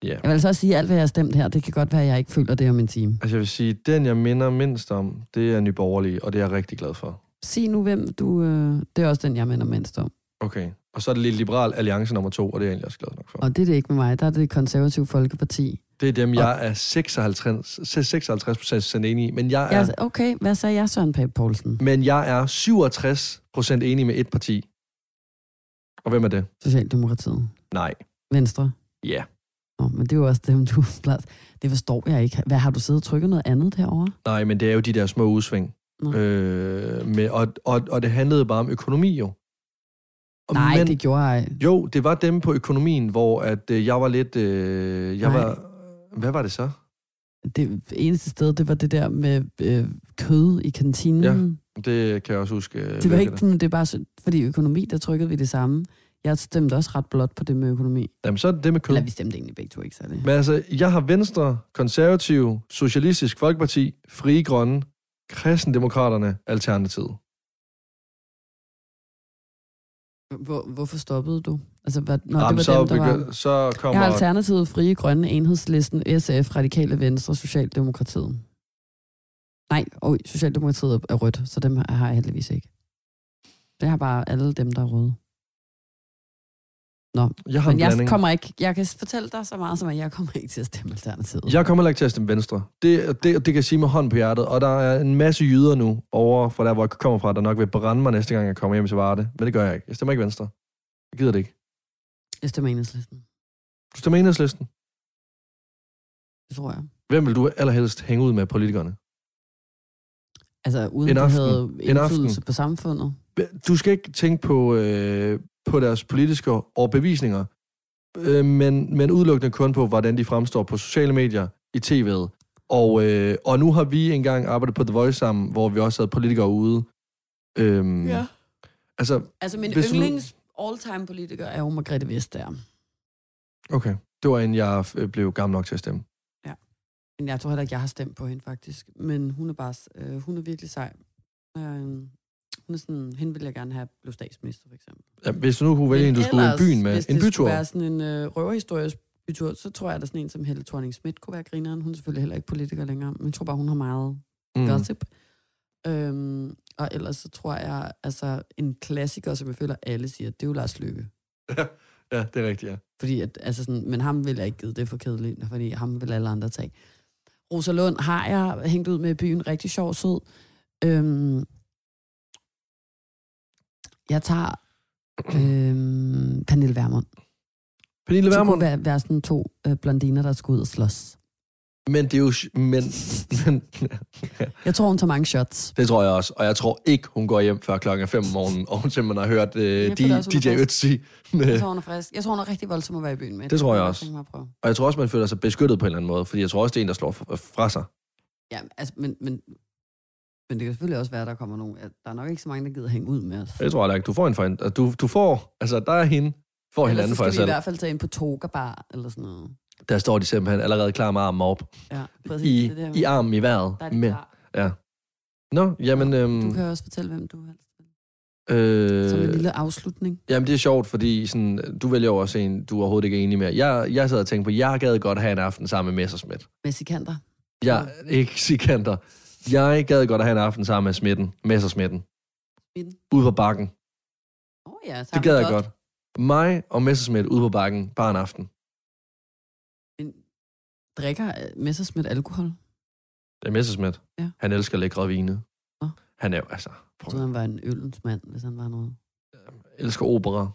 Speaker 1: ja.
Speaker 2: Jeg vil altså også sige, at alt, hvad jeg har stemt her, det kan godt være, at jeg ikke føler det om en time.
Speaker 1: Altså, jeg vil sige, den, jeg minder mindst om, det er nyborgerlige, og det er jeg rigtig glad for.
Speaker 2: Sig nu, hvem du... Øh, det er også den, jeg minder mindst om.
Speaker 1: Okay. Og så er det lidt Liberal Alliance nummer to, og det er jeg egentlig også glad nok for.
Speaker 2: Og det er det ikke med mig. Der er det konservative folkeparti.
Speaker 1: Det er dem, jeg er 56, 56 procent enig i, men jeg er,
Speaker 2: Ja. Jeg, okay, hvad sagde jeg, Søren Pape Poulsen?
Speaker 1: men jeg er 67 procent enig med et parti. Og hvem er det?
Speaker 2: Socialdemokratiet.
Speaker 1: Nej.
Speaker 2: Venstre.
Speaker 1: Ja.
Speaker 2: Nå, men det er jo også dem, du plads. Det forstår jeg ikke. Hvad har du siddet og trykket noget andet derovre?
Speaker 1: Nej, men det er jo de der små udsving.
Speaker 2: Nå.
Speaker 1: Øh, med, og, og, og det handlede bare om økonomi jo. Og
Speaker 2: Nej,
Speaker 1: men,
Speaker 2: det gjorde jeg.
Speaker 1: Jo, det var dem på økonomien, hvor at, øh, jeg var lidt... Øh, jeg
Speaker 2: Nej.
Speaker 1: var, hvad var det så?
Speaker 2: Det eneste sted, det var det der med øh, kød i kantinen.
Speaker 1: Ja,
Speaker 2: Ja,
Speaker 1: Det kan jeg også huske. øh,
Speaker 2: det var
Speaker 1: hvilket
Speaker 2: ikke, det. det er bare så- fordi økonomi, der trykkede vi det samme. Jeg stemte også ret blot på det med økonomi.
Speaker 1: Jamen, så er det det med kød.
Speaker 2: Eller vi stemte egentlig begge to ikke særlig.
Speaker 1: Men altså, jeg har Venstre, Konservative, Socialistisk Folkeparti, Frie Grønne, Kristendemokraterne, Alternativet.
Speaker 2: Hvor, hvorfor stoppede du? Altså, hvad, når
Speaker 1: Jamen,
Speaker 2: det var
Speaker 1: så,
Speaker 2: dem, der var...
Speaker 1: begy- så
Speaker 2: Jeg
Speaker 1: kommer...
Speaker 2: har Alternativet, Frie Grønne, Enhedslisten, SF, Radikale Venstre, Socialdemokratiet. Nej, og Socialdemokratiet er rødt, så dem har jeg heldigvis ikke. Det har bare alle dem, der er røde.
Speaker 1: jeg har en
Speaker 2: Men jeg
Speaker 1: blanding.
Speaker 2: kommer ikke, jeg kan fortælle dig så meget som, at jeg kommer ikke til at stemme Alternativet.
Speaker 1: Jeg kommer heller ikke til at stemme venstre. Det, det, det kan jeg sige med hånd på hjertet. Og der er en masse jyder nu over fra der, hvor jeg kommer fra, der nok vil brænde mig næste gang, jeg kommer hjem til Varde. Men det gør jeg ikke. Jeg stemmer ikke venstre. Jeg gider det ikke.
Speaker 2: Jeg stemmer Enhedslisten,
Speaker 1: Du stemmer enhedslisten.
Speaker 2: det tror jeg.
Speaker 1: Hvem vil du allerhelst hænge ud med politikerne?
Speaker 2: Altså uden
Speaker 1: En
Speaker 2: at
Speaker 1: aften.
Speaker 2: have
Speaker 1: En aften.
Speaker 2: indflydelse på samfundet.
Speaker 1: Du skal ikke tænke på, øh, på deres politiske overbevisninger, øh, men, men udelukkende kun på, hvordan de fremstår på sociale medier, i tv'et. Og, øh, og nu har vi engang arbejdet på The Voice sammen, hvor vi også havde politikere ude. Øhm, Altså,
Speaker 2: Altså min
Speaker 1: Hvis
Speaker 2: Hvis
Speaker 1: nu-
Speaker 2: yndlings all-time politiker er jo Margrethe Vestager.
Speaker 1: Okay. Det var en, jeg øh, blev gammel nok til at stemme.
Speaker 2: Men jeg tror heller ikke, jeg har stemt på hende faktisk. Men hun er bare, øh, hun er virkelig sej. Øh, hun er sådan, hende vil jeg gerne have blev statsminister for eksempel.
Speaker 1: Ja, hvis du nu kunne vælge
Speaker 2: Men
Speaker 1: en, du skulle ud i
Speaker 2: ellers,
Speaker 1: byen med,
Speaker 2: Hvis
Speaker 1: en
Speaker 2: det
Speaker 1: bytur.
Speaker 2: skulle være sådan en øh, røverhistorisk bytur, så tror jeg, at der er sådan en som Helle thorning Schmidt kunne være grineren. Hun er selvfølgelig heller ikke politiker længere, men jeg tror bare, hun har meget mm. gossip. Øhm, og ellers så tror jeg, altså en klassiker, som jeg føler, alle siger, det er jo Lars Løkke.
Speaker 1: Ja, det er rigtigt, ja.
Speaker 2: Fordi at, altså sådan, men ham vil jeg ikke give det er for kedeligt, fordi ham vil alle andre tage. Rosa Lund har jeg hængt ud med i byen, rigtig sjov, sød. Øhm, jeg tager øhm, Pernille Vermund.
Speaker 1: Pernille
Speaker 2: Så kunne
Speaker 1: Vermund.
Speaker 2: være, være sådan to øh, blondiner, der skulle ud og slås.
Speaker 1: Men det er jo... sj- Men, men,
Speaker 2: Jeg tror, hun tager mange shots.
Speaker 1: det tror jeg også. Og jeg tror ikke, hun går hjem før klokken 5 om morgenen, og hun simpelthen har hørt øh,
Speaker 2: Jeg
Speaker 1: de,
Speaker 2: føler også, hun er
Speaker 1: DJ
Speaker 2: frisk.
Speaker 1: Ötzi.
Speaker 2: Jeg tror, hun er frisk. Jeg tror, hun er rigtig voldsom at være i byen med.
Speaker 1: Det tror jeg
Speaker 2: kunne
Speaker 1: også.
Speaker 2: godt tænke mig at prøve.
Speaker 1: og jeg tror også, man føler sig beskyttet på en eller anden måde, fordi jeg tror også, det er en, der slår f- fra sig.
Speaker 2: Ja, altså, men, men, men det kan selvfølgelig også være, at der kommer nogen. at Der er nok ikke så mange, der gider hænge ud med os.
Speaker 1: Det tror jeg da ikke. Du får en for en, og du, du får... Altså, der er hende. Får
Speaker 2: Ellers
Speaker 1: hinanden
Speaker 2: så
Speaker 1: for jer
Speaker 2: skal vi i
Speaker 1: selv.
Speaker 2: hvert fald tage ind på Toga Bar eller sådan noget.
Speaker 1: Der står de simpelthen allerede klar med armen op.
Speaker 2: Ja, præcis.
Speaker 1: I,
Speaker 2: Altså, det der,
Speaker 1: i armen i vejret.
Speaker 2: der er de
Speaker 1: med.
Speaker 2: klar.
Speaker 1: Nå, jamen...
Speaker 2: Du
Speaker 1: Øhm,
Speaker 2: kan også fortælle, hvem du helst vil.
Speaker 1: øh,
Speaker 2: Som en lille afslutning.
Speaker 1: Jamen, det er sjovt, fordi sådan, du vælger jo også en, du overhovedet ikke er enig med. Jeg, jeg sad og tænkte på, jeg gad godt have en aften sammen med Messerschmidt.
Speaker 2: Med Sikander.
Speaker 1: Jeg, ikke Sikander. Jeg gad godt have en aften sammen med Smitten. Messerschmitten.
Speaker 2: Smitten.
Speaker 1: Ude på bakken.
Speaker 2: Åh oh, ja,
Speaker 1: Det
Speaker 2: sammen
Speaker 1: gad jeg
Speaker 2: med
Speaker 1: godt. Mig og Messerschmidt ude på bakken. Bare en aften.
Speaker 2: Drikker øh, Messerschmidt alkohol?
Speaker 1: Det er Messerschmidt.
Speaker 2: Ja.
Speaker 1: Han elsker lækre vine.
Speaker 2: Nå.
Speaker 1: Han er jo, altså,
Speaker 2: Jeg troede, han var en ølens mand, hvis han var noget.
Speaker 1: elsker opera.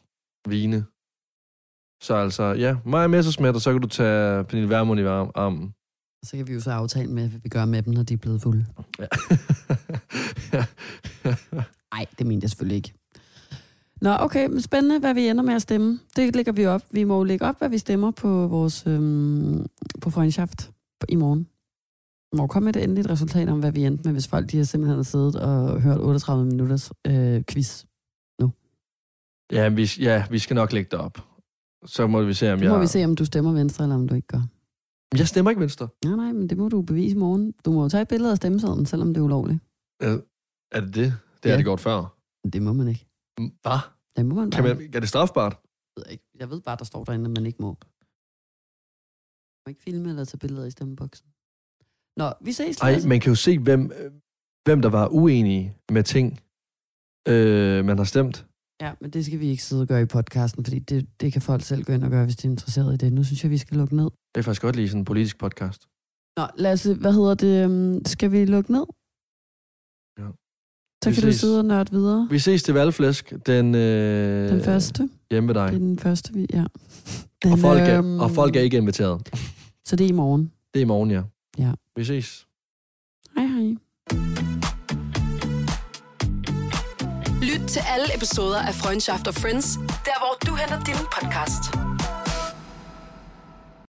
Speaker 1: Vine. Så altså, ja, mig og Messerschmidt, og så kan du tage Pernille Vermund i varm- armen.
Speaker 2: Og så kan vi jo så aftale med, hvad vi gør med dem, når de er blevet fulde.
Speaker 1: Ja. ja.
Speaker 2: Nej, det mente jeg selvfølgelig ikke. Nå, okay, men spændende, hvad vi ender med at stemme. Det lægger vi op. Vi må jo lægge op, hvad vi stemmer på vores øhm, på Freundschaft på- i morgen. Vi må komme med et endeligt resultat om, hvad vi endte med, hvis folk de har simpelthen har siddet og hørt 38 minutters øh, quiz.
Speaker 1: Ja, vi, ja, vi skal nok lægge det op. Så må vi se, om
Speaker 2: Nu må
Speaker 1: jeg...
Speaker 2: vi se, om du stemmer venstre, eller om du ikke gør.
Speaker 1: Jeg stemmer ikke venstre.
Speaker 2: Nej, nej, men det må du bevise i morgen. Du må jo tage et billede af stemmesedlen, selvom det er ulovligt.
Speaker 1: Er det det? Det ja. er
Speaker 2: Ja.
Speaker 1: det gjort før.
Speaker 2: Men det må man ikke.
Speaker 1: Hvad?
Speaker 2: Det må man bare
Speaker 1: Kan man, er det strafbart?
Speaker 2: Jeg ved, ikke. jeg ved bare, der står derinde, at man ikke må. Man må ikke filme eller tage billeder i stemmeboksen. Nå, vi ses.
Speaker 1: Nej,
Speaker 2: Lasse.
Speaker 1: man kan jo se, hvem, øh, hvem der var uenige med ting, øh, man har stemt.
Speaker 2: Ja, men det skal vi ikke sidde og gøre i podcasten, fordi det, det kan folk selv gå ind og gøre, hvis de er interesseret i det. Nu synes jeg, vi skal lukke ned.
Speaker 1: Det er faktisk godt lige sådan en politisk podcast.
Speaker 2: Nå, Lasse, hvad hedder det? øhm, Skal vi lukke ned?
Speaker 1: Ja.
Speaker 2: Så
Speaker 1: Vi
Speaker 2: kan du
Speaker 1: ses.
Speaker 2: sidde og nørde videre.
Speaker 1: Vi ses til valgflæsk den, øh,
Speaker 2: Den første.
Speaker 1: hjemme ved dig.
Speaker 2: Det er den første, vi... Ja. Den,
Speaker 1: Og folk, er,
Speaker 2: øhm,
Speaker 1: og folk er ikke inviteret.
Speaker 2: Så det er i morgen.
Speaker 1: Det er i morgen, ja.
Speaker 2: Ja.
Speaker 1: Vi ses.
Speaker 2: Hej, hej.
Speaker 3: Lyt til alle episoder af Freundschaft og Friends, der hvor du henter din podcast.